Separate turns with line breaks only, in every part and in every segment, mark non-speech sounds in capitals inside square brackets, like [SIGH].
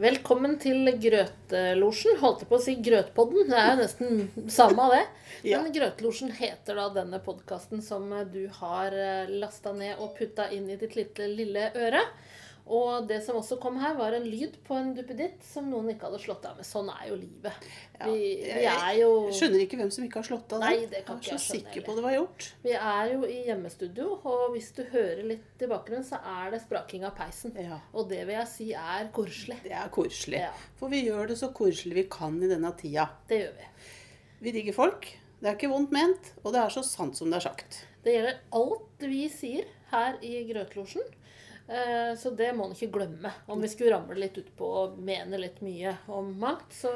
Velkommen til Grøtelosjen. Holdt jeg på å si Grøtpodden. Det er jo nesten samme av det.
[LAUGHS] Ja.
Men Grøtelosjen heter da denne podkasten som du har lasta ned og putta inn i ditt lille, lille øre. Og det som også kom her, var en lyd på en duppeditt som noen ikke hadde slått av med. Sånn er jo livet.
Ja.
Vi, vi
Jeg-
er jo
Jeg skjønner ikke hvem som ikke har slått av den.
Nei, det kan ikke
jeg er
jeg
så
skjønne
sikker på det var gjort.
Vi er jo i hjemmestudio, og hvis du hører litt i bakgrunnen, så er det spraking av peisen.
Ja,
Og det vil jeg si er koselig.
Det er koselig.
Ja.
For vi gjør det så koselig vi kan i denne tida.
Det gjør vi.
Vi digger folk. Det er ikke vondt ment, og det er så sant som det er sagt.
Det gjelder alt vi sier her i Grøtlosjen. Eh, Så det må en ikke glemme. Om vi skulle ramle litt utpå og mene litt mye om mangt, så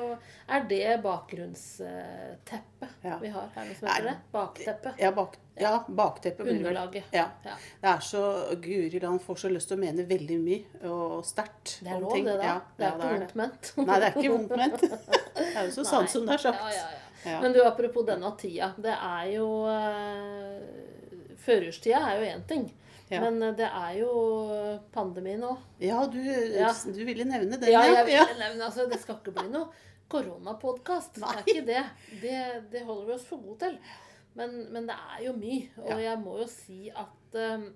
er det bakgrunnsteppet
Ja.
vi har her. Hvis man heter
Nei,
det. Bakteppet.
Ja, bak, ja bakteppet blir vel-
Underlaget.
Ja.
Ja.
Det er så Guri land får så lyst til å mene veldig mye og sterkt.
Det er
om
lov,
ting.
det, da.
Ja,
det er
ja,
ikke vondt ment. [LAUGHS]
Nei, det er ikke vondt ment. Det er jo så sant som det er sagt.
Ja, ja, ja.
Ja.
Men du, apropos denne tida. Det er jo eh, Førjulstida er jo én ting.
Ja.
Men eh, det er jo pandemi nå.
Ja, du,
Ja.
du ville nevne den,
Ja,
ja.
jeg vil nevne, altså, det skal ikke bli noe koronapodkast. Det er
Nei.
ikke det. det. Det holder vi oss for gode til. Men, men det er jo mye. Og
Ja.
jeg må jo si at eh,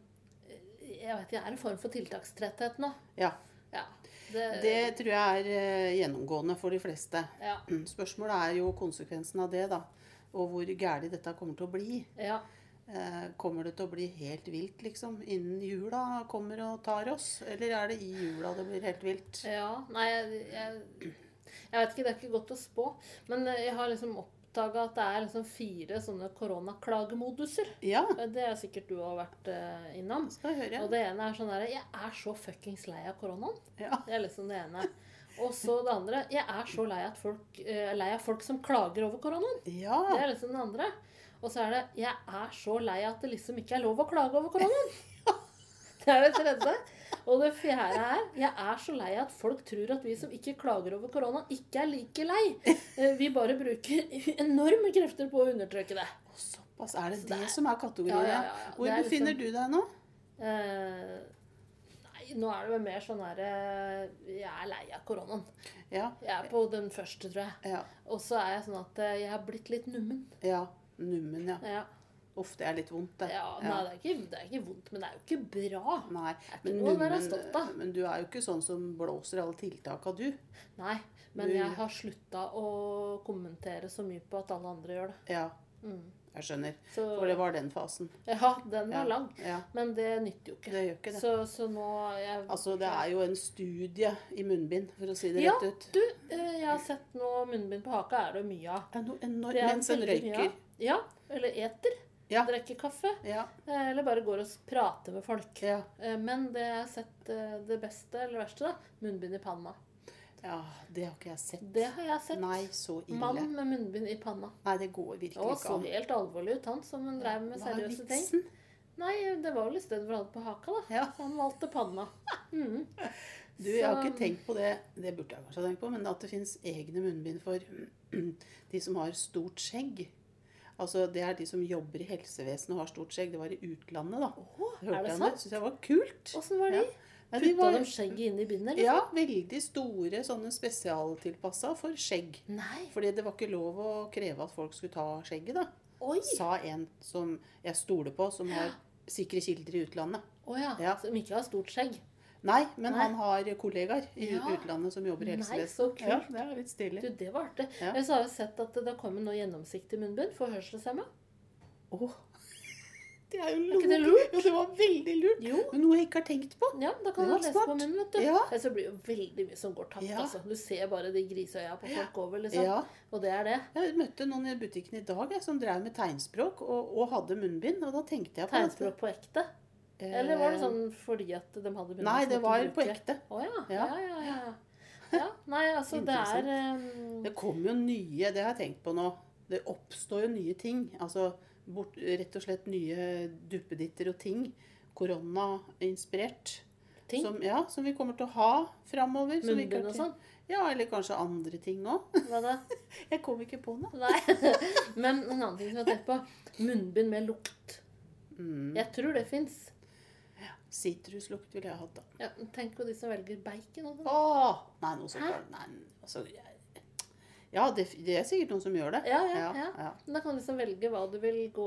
Jeg vet jeg er en form for tiltakstretthet nå.
ja.
Ja. Det,
Det tror jeg er eh, gjennomgående for de fleste. [CLEARS THROAT]
ja,
Mm, Spørsmålet er jo konsekvensen av det, da. Og hvor gæli dette kommer til å bli.
ja.
Eh, Kommer det til å bli helt vilt, liksom? Innen jula kommer og tar oss? Eller er det i jula det blir helt vilt?
Ja, nei, jeg, jeg, jeg vet ikke, det er ikke godt å spå. Men eh, jeg har liksom oppdaga at det er liksom fire sånne koronaklagemoduser.
Ja,
Eh, Det er sikkert du har vært eh, innom.
skal jeg
Og
høre.
det ene er sånn der Jeg er så fuckings lei av koronaen.
Ja.
Det er liksom det ene. Og så det andre Jeg er så lei, at folk, eh, lei av folk som klager over koronaen.
ja.
Det er liksom det andre. Og så er det Jeg er så lei at det liksom ikke er lov å klage over koronaen. [LAUGHS] Det er det tredje. Og det fjerde er Jeg er så lei at folk tror at vi som ikke klager over koronaen, ikke er like lei. Eh, Vi bare bruker enorme krefter på å undertrykke det.
Såpass. Er det
Så det
det
er-
som er kategorien?
Ja, ja,
ja?
ja, ja.
Hvor
Det er
befinner
liksom-
du deg nå?
Eh, nei, nå er det vel mer sånn herre Jeg er lei av koronaen.
Ja.
Jeg er på den første, tror jeg.
Ja.
Og så er jeg sånn at eh, jeg har blitt litt nummen.
ja. Nummen, ja.
Ja,
Uff, det er litt vondt, det.
ja, nei, det er, ikke, det er ikke vondt, men det er jo ikke bra.
Nei,
ikke
men,
noe å være
nummen-
stolt av.
men du er jo ikke sånn som blåser alle tiltaka, du.
Nei, men
Du-
jeg har slutta å kommentere så mye på at alle andre gjør det.
Ja,
Mm.
jeg skjønner.
Så
For det var den fasen.
Ja, den
Ja,
var lang.
ja.
Men det nytter jo ikke.
Det gjør ikke det.
Så, så nå jeg,
Altså, det er jo en studie i munnbind, for å si det
Ja.
rett ut.
Du, eh, jeg har sett nå munnbind på haka er det mye av.
Det er noe enormt
Det er
mens en
veldig mye av.
røyker.
Ja. Eller eter.
Ja.
Drikker kaffe.
Ja,
eh, Eller bare går og s- prater med folk.
ja,
Eh, Men det jeg har sett eh, det beste eller verste, da, munnbind i panna.
ja. Det har ikke jeg sett.
Det har jeg sett.
Nei, så ille.
Mann med munnbind i panna.
Nei, det går virkelig
Og
ikke
så
an.
helt alvorlig ut, han som drev med
Hva er
seriøse ting.
vitsen?
Nei, det var vel i stedet for å ha det på haka, da.
Ja.
Så han valgte panna. Mhm.
Du, jeg har
Så-
ikke tenkt på det, det burde jeg kanskje ha tenkt på, men at det fins egne munnbind for [CLEARS THROAT] de som har stort skjegg. Altså, Det er de som jobber i helsevesenet og har stort skjegg. Det var i utlandet, da.
Åh,
Hørte
er det
jeg
sant?
Synes jeg var kult.
Åssen var de?
Ja. Nei, de
Putta
var-
de skjegget inn i bindet? eller?
Ja, sånn veldig store sånne spesialtilpassa for skjegg.
Nei.
Fordi det var ikke lov å kreve at folk skulle ta skjegget, da.
Oi!
Sa en som jeg stoler på, som har sikre kilder i utlandet.
Å ja.
Ja.
Som ikke har stort skjegg.
Nei, men
Nei.
han har kollegaer i
Ja.
utlandet som jobber i
Nei,
helsevesenet.
så
Ja,
kult.
det er litt
Du,
stilig.
det var artig.
Ja.
Jeg så har jo sett at det har kommet noe gjennomsiktig munnbind for hørselshemma.
Åh. Det er jo
Er ikke det lurt?
lurt. Jo, det var veldig lurt.
Jo.
Men noe jeg ikke har tenkt på.
Ja, da kan
Det
du
var
lese
smart.
på munnen, vet du.
Ja.
Ellers så blir det jo veldig mye som går tapt,
Ja.
altså. Du ser bare de griseøya på folk over, liksom.
Ja.
Og det er det.
Jeg møtte noen i butikken i dag jeg, som drev med tegnspråk og, og hadde munnbind. Og da tenkte jeg på dette.
Tegnspråk på ekte.
Eh,
Eller var det sånn fordi at de hadde begynt
Nei,
å
det
måtte
var på
bruke-
ekte.
Å ja. Ja,
Ja.
ja, ja. ja. Nei, altså, det er um,
Det kommer jo nye, det har jeg tenkt på nå. Det oppstår jo nye ting. Altså bort, rett og slett nye duppeditter og ting. Korona-inspirert.
ting.
Som, ja, som vi kommer til å ha framover. som vi ikke har
Munnbind og
tenkt-
sånn.
Ja, eller kanskje andre ting
[LAUGHS]
òg.
Hva da?
Jeg kom ikke på noe.
Nei. [LAUGHS] Men en annen ting som jeg har tenkt på. Munnbind med lukt.
Mm.
Jeg tror det fins.
Sitruslukt ville jeg hatt, da.
Ja, tenk på de som velger bacon. Og sånn.
Åh! Nei, noe sånt.
Hæ?
Nei, altså, jeg- ja, det, det er sikkert noen som gjør det.
Ja, ja, ja.
ja,
Men Da kan du liksom velge hva du vil gå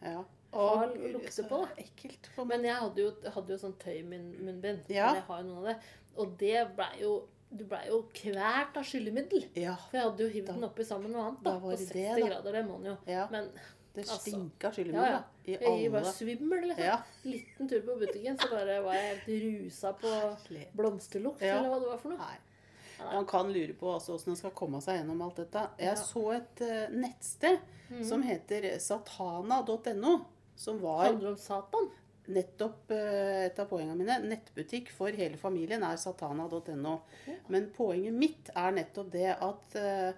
ja.
Hva
Gud,
lukter
så
på, da?
Ekkelt. På
Men jeg hadde jo, hadde jo sånn tøymunnbind.
Ja.
Jeg har jo noen av det. Og det blei jo Du blei jo kvært av skyllemiddel.
Ja,
For jeg hadde jo hivd
Da-
den oppi sammen med noe annet. da,
da var
På
det
60
det, da.
grader, det må den jo.
ja.
Men
Det
altså,
stinka
ja,
skyllemiddel
ja.
da, i
jeg var
alle
svimmel. liksom.
Ja.
Liten tur på butikken, så bare var jeg helt rusa på
Herlig.
blomsterlukt,
Ja.
eller hva det var for noe.
Nei. Man kan lure på altså, hvordan en skal komme seg gjennom alt dette. Jeg
Ja. Mhm.
så et eh, nettsted som heter satana.no, som var
Handler om Satan.
nettopp eh, et av poengene mine. Nettbutikk for hele familien er satana.no. Men poenget mitt er nettopp det at eh,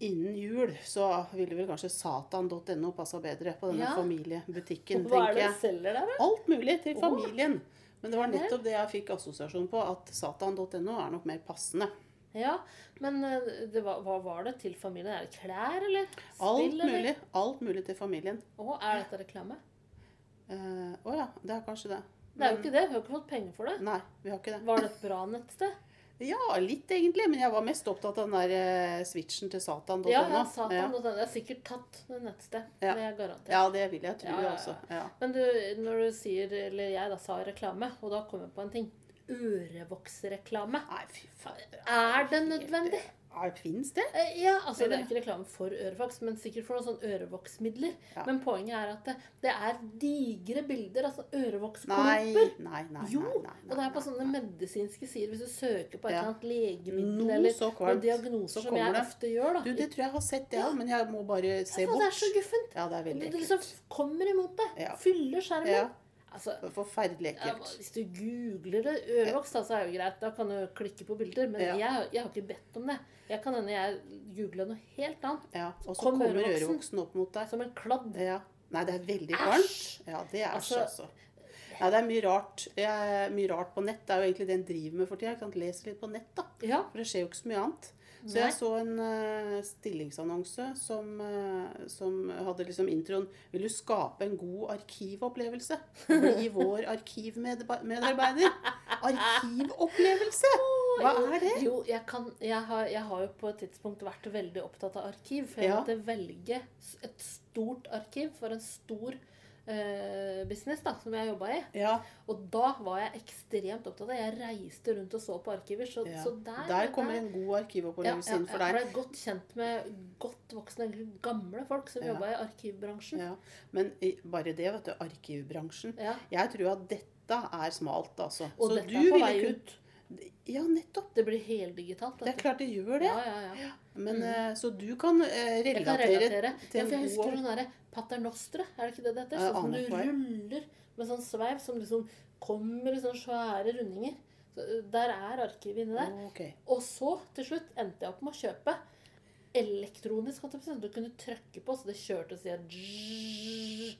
innen jul så ville vel kanskje satan.no passa bedre på denne
Ja.
familiebutikken,
Hva er
tenker
det
jeg.
du selger der, da?
Alt mulig til
Åh.
familien. Men det var
Vel.
nettopp det jeg fikk assosiasjon på, at satan.no er nok mer passende.
Ja, men eh, det var, hva var det til familien? Er det klær, eller? Spill,
Alt
eller?
mulig, alt mulig til familien.
Å, er dette reklame?
Eh, Å ja, det er kanskje det.
Det er jo ikke det. Vi har ikke fått penger for det.
Nei, vi har ikke det.
Var det et bra nettsted?
Ja, litt egentlig, men jeg var mest opptatt av den der eh, switchen til satan.no.
Ja, ja, Satan.
ja.
Det er sikkert tatt det nettsted.
Ja.
Det er garantert.
Ja, det vil jeg tro,
Ja, ja,
jeg
ja.
også. Ja.
Men du, når du sier, eller jeg da sa reklame, og da kom jeg på en ting. Ørevoksreklame.
Nei, fy faen.
Er det nødvendig?
Fins det?
Eh, Ja, altså
Eller-
Det er ikke reklame for ørevoks, men sikkert for noen sånne ørevoksmidler.
Ja.
Men poenget er at det, det er digre bilder. Altså
Nei,
ørevoksklumper.
nei, nei.
Jo,
nei, nei,
Og det er på sånn
nei,
sånne
nei.
medisinske sider. Hvis du søker på et
Ja.
eller annet legemiddel
Noe
eller
så
noen
kvalmt, så
diagnoser som jeg
kommer det.
ofte gjør, da.
Du, det tror jeg har sett, det
Ja.
òg, men jeg må bare
Ja,
se
faen,
bort.
det er så guffent.
Ja, det er
Du,
veldig
du liksom
ekkelt.
kommer imot det.
Ja.
Fyller skjermen.
Ja,
Altså,
det er forferdelig
Ja,
ekkelt.
hvis du googler det, ørevoks, da, så er det jo greit. Da kan du klikke på bilder. Men
Ja.
jeg, jeg har ikke bedt om det. Jeg kan hende jeg googla noe helt annet.
Ja, og så
Kom
kommer
ørevoksen.
ørevoksen opp mot deg.
Som en kladd.
Ja. Nei, det er veldig kvalmt. Ja, det er æsj,
Altså-
altså. Ja, det er mye rart. Jeg, mye rart på nett. Det er jo egentlig det en driver med for tida. ikke sant? Leser litt på nett, da.
Ja.
For det skjer jo ikke så mye annet. Så
Nei.
jeg så en eh, stillingsannonse som, eh, som hadde liksom introen 'Vil du skape en god arkivopplevelse? Bli vår arkivmedarbeider'. Arkivopplevelse! Hva
Jo,
er det?
Jo, jeg, kan, jeg, har, jeg har jo på et tidspunkt vært veldig opptatt av arkiv. For jeg
Ja.
måtte velge s- et stort arkiv for en stor eh, business da, som jeg jobba i.
Ja,
Og da var jeg ekstremt opptatt av det. Jeg reiste rundt og så på arkiver. Så,
ja.
så der,
Der kommer en god arkivopplevelse inn for deg.
Jeg ble godt kjent med godt voksne, egentlig gamle folk som
Ja.
jobba i arkivbransjen.
Ja, Men i- bare det, vet du. Arkivbransjen.
Ja.
Jeg tror at dette er smalt, altså.
Og
Så
dette
du
er på
ville
vei
kun-
ut.
Ja, nettopp.
Det blir heldigitalt.
Det er
dette.
klart det gjør det.
Ja, ja, ja.
Men,
Mhm.
eh, Så du kan eh,
Jeg kan
relatere,
relatere. Ja,
til
for jeg
en
husker
god
den derre pater nostre, er det ikke det det heter?
Ja,
Sånn som du
aner ikke hva jeg-
ruller med sånn sveiv som liksom kommer i sånne svære rundinger. Så, ø, der er arkivet inni der.
Ok.
Og så, til slutt, endte jeg opp med å kjøpe elektronisk. holdt jeg på å si, Du kunne trykke på, så det kjørte så jeg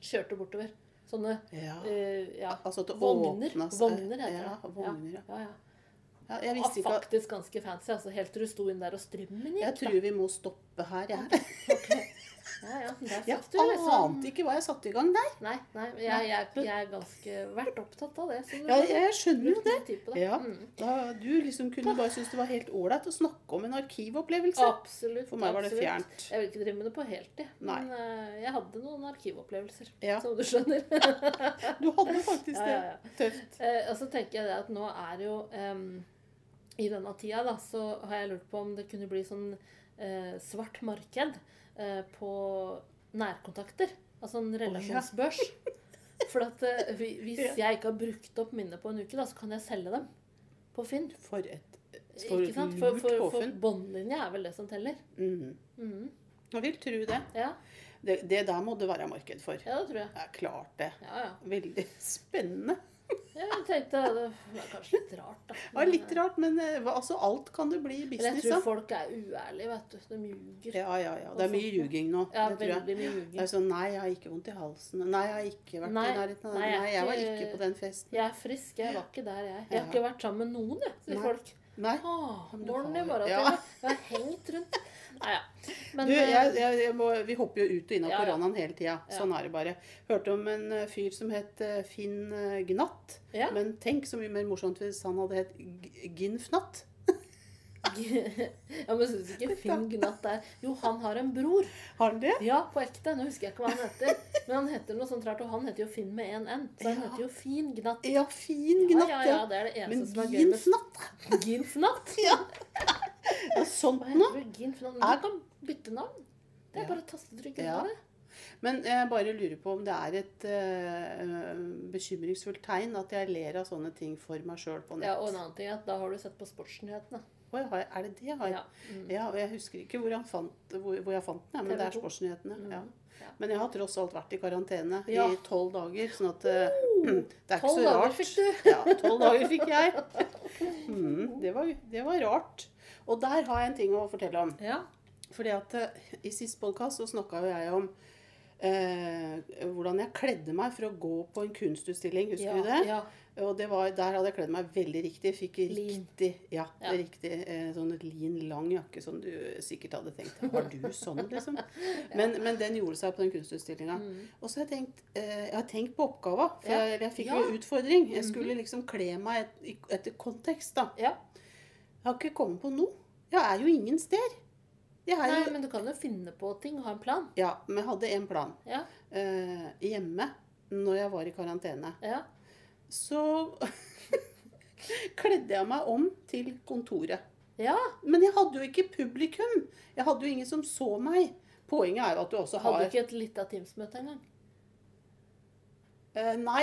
kjørte bortover. Sånne
Ja.
ø, Eh, ja,
Altså at det
vogner.
åpna seg.
Vogner heter
ja,
det.
Vogner, ja.
ja, ja.
ja. Jeg
Ah,
visste ikke at
faktisk ganske fancy. altså Helt til du sto inn der og strømmen gikk.
Jeg tror vi må stoppe her, jeg.
Ja, ja, der
Jeg
fikk du liksom
ante ikke hva jeg satte i gang der.
Nei, nei men jeg, jeg, jeg er ganske vært opptatt av det. Så du
Ja, jeg skjønner jo det.
litt tid på det.
Ja.
Mm.
Da, du liksom kunne bare synes det var helt ålreit å snakke om en arkivopplevelse.
Absolutt.
For meg var det
absolutt.
fjernt.
Jeg vil ikke drive med det på heltid.
Nei.
Men eh, jeg hadde noen arkivopplevelser,
Ja.
som du skjønner.
Du hadde faktisk
Ja,
det.
ja, ja.
Tøft.
Eh, og så tenker jeg det at nå er jo em, I denne tida da, så har jeg lurt på om det kunne bli sånn eh, svart marked eh, på nærkontakter. Altså en
[LAUGHS]
relasjonsbørs. For at eh, vi- hvis jeg ikke har brukt opp minnet på en uke, da, så kan jeg selge dem på Finn.
For et For
Ikke
et
sant? For,
lurt
for, for
påfunn.
båndlinja er vel det som teller.
Mhm.
Mhm.
Jeg vil tro det.
Ja,
det. Det der må det være marked for. Det
ja, det tror jeg.
er klart det.
Ja, ja.
Veldig spennende.
Jeg tenkte det var kanskje litt rart, da.
Det var litt liksom. rart, men eh, hva- altså, alt kan det bli i
Men jeg
business
tror
av.
folk er uærlige, vet du. De ljuger.
Ja, ja, ja. Det er mye ljuging nå.
Ja,
Det tror jeg.
veldig mye
Det
ljuging.
er sånn Nei, jeg har ikke vondt i halsen. Nei, jeg har ikke vært
Nei,
i nærheten av
nei,
den.
jeg er
Nei, jeg var
ikke-
ikke på den festen.
Jeg er frisk, jeg var ikke der, jeg. Jeg har
Ja.
ikke vært sammen med noen, jeg, sier
Nei.
folk.
Nei.
Ah,
men du
morgen
har-
i morgen.
ja.
Ja. Jeg har hengt rundt. Nei, ja. Men
Du,
eh,
jeg, jeg, jeg må, vi hopper jo ut og inn av
Ja, ja.
koronaen hele tida. Sånn er det bare. Hørte om en eh, fyr som het eh, Finn eh, Gnatt.
Ja.
Men tenk så mye mer morsomt hvis han hadde hett G- Ginfnatt.
[LAUGHS] ja, men syns ikke Finn Gnatt er Jo, han har en bror.
Har han det?
Ja, på ekte. Nå husker jeg ikke hva han heter. Men han heter noe sånt rart, og han heter jo Finn med en N. Så han
Ja.
heter jo Fin Gnatt.
Ja, Fin
Ja,
Gnatt.
ja,
ja.
ja, det er det
Men
eneste som er gøy med
Ginfnatt?
Ginfnatt.
Ja. ja, sånt
Hva
sånn noe.
heter du? Ginfnatt?
Er-
Men du kan bytte navn. Det
Ja.
er bare å tastetrykk
Ja.
under det.
Men jeg bare lurer på om det er et eh, bekymringsfullt tegn at jeg ler av sånne ting for meg sjøl på nett.
Ja, og en annen ting er at da har du sett på sportsnyhetene.
Oi, har jeg- er det det jeg har?
Ja. Mm.
Ja, og jeg husker ikke hvor, han fant, hvor, hvor jeg fant den, ja, men det er
TV2.
sportsnyhetene.
Mhm.
Ja.
Ja.
Men jeg har tross alt vært i karantene
Ja.
i tolv dager, sånn at eh, [CLEARS THROAT] det er ikke
Tolv
så
dager
rart.
fikk du.
[LAUGHS] Ja, tolv dager
[LAUGHS]
fikk jeg. Mm, det, var, det var rart. Og der har jeg en ting å fortelle om.
Ja.
Fordi at eh, i sist podkast så snakka jo jeg om eh, hvordan jeg kledde meg for å gå på en kunstutstilling, husker
ja,
du det?
Ja.
Og det var, der hadde jeg kledd meg veldig riktig. Fikk
Lean.
riktig, ja,
Ja.
riktig eh, sånn lin, lang jakke som du sikkert hadde tenkt
[LAUGHS]
Har du sånn, liksom? Men, men den gjorde seg på den kunstutstillinga. Og så har jeg tenkt, eh, jeg har tenkt på oppgava. For
Mm. Ja.
jeg, jeg fikk
Ja. Mhm.
jo utfordring. Jeg skulle liksom kle meg et, i- etter kontekst, da.
ja.
Jeg har ikke kommet på noe. Jeg er jo ingen steder. Jeg er
Nei,
jo
men du kan jo finne på ting og ha en plan.
Ja, men jeg hadde en plan.
Ja.
Eh, hjemme, når jeg var i karantene,
Ja.
så [LAUGHS] kledde jeg meg om til kontoret.
ja.
Men jeg hadde jo ikke publikum. Jeg hadde jo ingen som så meg. Poenget er jo at du også
Hadde
har
du ikke et lite Teams-møte engang?
Eh, Nei,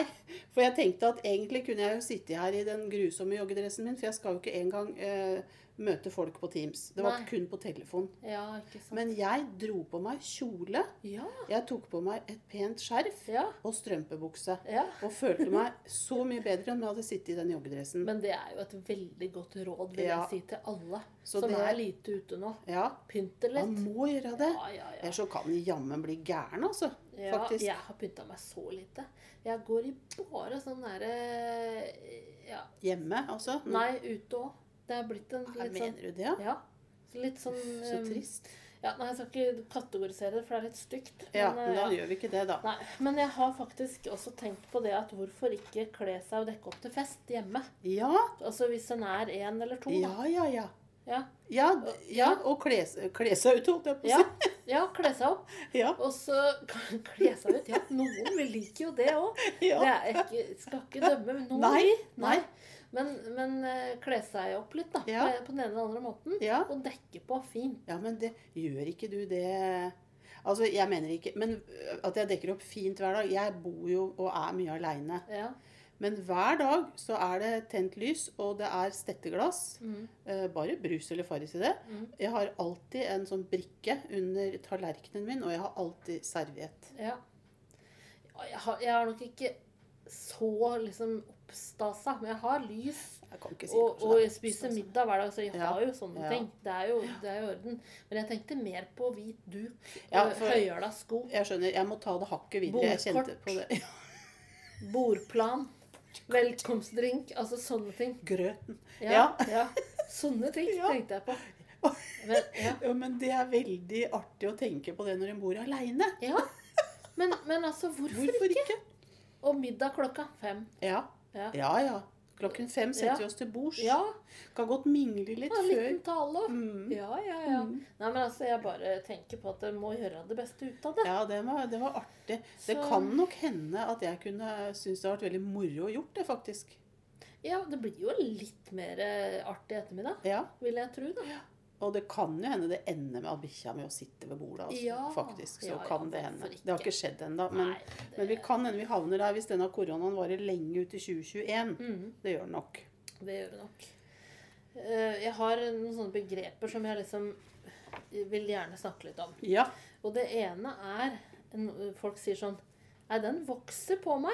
for jeg tenkte at egentlig kunne jeg jo sitte her i den grusomme joggedressen min, for jeg skal jo ikke engang eh, møte folk på Teams. Det var
Nei.
kun på telefon.
Ja, ikke sant.
Men jeg dro på meg kjole.
ja.
Jeg tok på meg et pent skjerf
Ja.
og strømpebukse.
ja.
Og følte meg så mye bedre enn om jeg hadde sittet i den joggedressen.
Men det er jo et veldig godt råd, vil
Ja.
jeg si, til alle
Så
som
det-
sånn er lite ute nå.
Ja,
Pynt det
man
litt.
må gjøre det.
Ja, ja, ja.
Ellers så kan de jammen bli gæren, altså.
ja
Faktisk.
jeg har pynta meg så lite. Jeg går i bare sånn derre ja.
Hjemme, altså.
Nei, ute òg. Det er blitt en
Nei,
litt sånn
mener du det, ja?
Ja. Så litt sånn
Så
um,
trist.
Ja, nei, jeg skal ikke kategorisere det, for det er litt stygt.
Ja,
men,
men
eh,
da
ja.
gjør vi ikke det, da.
Nei, men jeg har faktisk også tenkt på det at hvorfor ikke kle seg og dekke opp til fest hjemme?
Ja,
Altså hvis en er en eller to, da.
ja, ja. ja.
Ja.
Ja, d- ja og kle, s- kle seg ut, holdt jeg på å
Ja,
si. [LAUGHS]
ja kle seg opp.
Ja,
Og så kan- [LAUGHS] kle seg ut. Ja, noen vil liker jo det òg.
ja.
Jeg skal ikke dømme men noen.
Nei,
vil.
nei.
Men, men eh, kle seg opp litt, da. Eh,
Ja.
På, på den ene eller andre måten.
ja.
Og dekke på fint.
Ja, men det gjør ikke du det Altså, jeg mener ikke Men øh, at jeg dekker opp fint hver dag Jeg bor jo og er mye aleine.
Ja.
Men hver dag så er det tent lys, og det er stetteglass.
Mm.
Eh, Bare brus eller Farris i det.
Mm.
Jeg har alltid en sånn brikke under tallerkenen min, og jeg har alltid serviett.
Ja. Ja, Jeg har, jeg har nok ikke så liksom oppstasa, men jeg har lys.
Jeg kan ikke si
Og,
kanskje
og
det er
jeg spiser
oppstas.
middag hver dag, så Altså, jeg
Ja.
har jo sånne
Ja.
ting. Det er jo det er i orden. Men jeg tenkte mer på hvit duk,
Ja,
ja,
for-
høyhæla sko,
Jeg skjønner. Jeg må ta det hakket videre. Jeg
Bordkort.
kjente på det. [LAUGHS]
bordplan, velkomstdrink, altså sånne ting.
Grøten.
Ja, ja. Sånne ting
[LAUGHS] Ja.
tenkte jeg på. Men, ja.
Ja, men det er veldig artig å tenke på det når en bor aleine.
ja. Men, men altså, hvorfor
Hvorfor ikke?
Og middag klokka fem.
Ja.
Ja.
ja ja. Klokken fem setter vi oss til bords.
Ja,
Kan godt mingle litt
ha en
før.
liten tale.
Mm.
Ja, ja, ja. Nei, men altså, jeg bare tenker på at jeg må gjøre det beste ut av det.
Ja, det var, det var artig. Det
Så-
kan nok hende at jeg kunne synes det har vært veldig moro å gjort det, faktisk.
Ja, det blir jo litt mer eh, artig ettermiddag,
Ja.
vil jeg tro, da.
Og det kan jo hende det ender med at bikkja mi sitter ved bordet. Altså,
Ja.
faktisk. Så
Ja, ja,
kan det hende.
hvorfor
Det har
ikke?
ikke skjedd ennå. Men,
Nei, det-
men vi kan hende vi havner der hvis denne koronaen varer lenge ut i 2021.
Mhm,
Det gjør den nok.
det gjør det nok. Eh, Jeg har noen sånne begreper som jeg liksom vil gjerne snakke litt om.
Ja.
Og det ene er en- Folk sier sånn Nei, den vokser på meg.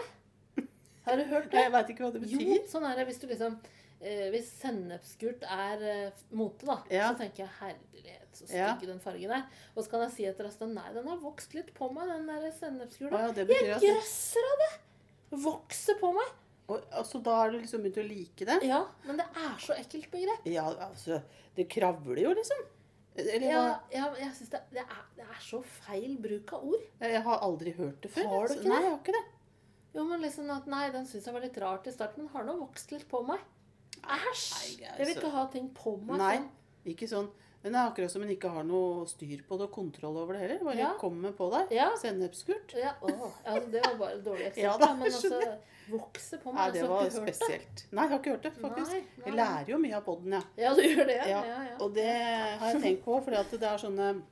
Har du hørt det?
Jeg veit ikke hva det betyr.
Jo, sånn er det hvis du liksom eh, Hvis sennepsgult er eh, mote, da,
Ja.
så tenker jeg herlighet, så stygg
Ja.
den fargen er. Og så kan jeg si etter en stund sånn, Nei, den har vokst litt på meg, den der
Å
sennepsgula.
ja, det betyr
Jeg
at
grøsser av det! Vokser på meg.
Og, altså, da har du liksom begynt å like det?
Ja, men det er så ekkelt begrep.
Ja, altså Det kravler jo, liksom. Eller,
Ja,
hva-
ja, men jeg synes det, det, er, det er så feil bruk av ord.
Jeg har aldri hørt det før.
Har du
altså.
ikke
Nei,
det?
jeg har ikke det.
Jo, men liksom at Nei, den syns jeg var litt rar til start, men har nå vokst litt på meg. Æsj!
Nei, altså.
Jeg vil ikke ha ting på meg.
Nei.
sånn.
Ikke sånn. Men det er akkurat som en ikke har noe styr på det og kontroll over det heller. Bare
Ja.
kommer på deg.
Ja,
Sennepsgurt.
ja, å, ja, det var bare et dårlig eksempel.
Ja, da,
men altså,
skjønner.
vokse på
Nei,
meg.
det
altså,
var
har ikke hørt det.
spesielt. Nei, jeg har ikke hørt det, faktisk.
Nei,
Jeg
nei.
lærer jo mye av podden, ja.
Ja, du gjør det? Ja,
Ja,
ja. ja.
Og det har jeg tenkt på, fordi at det er sånne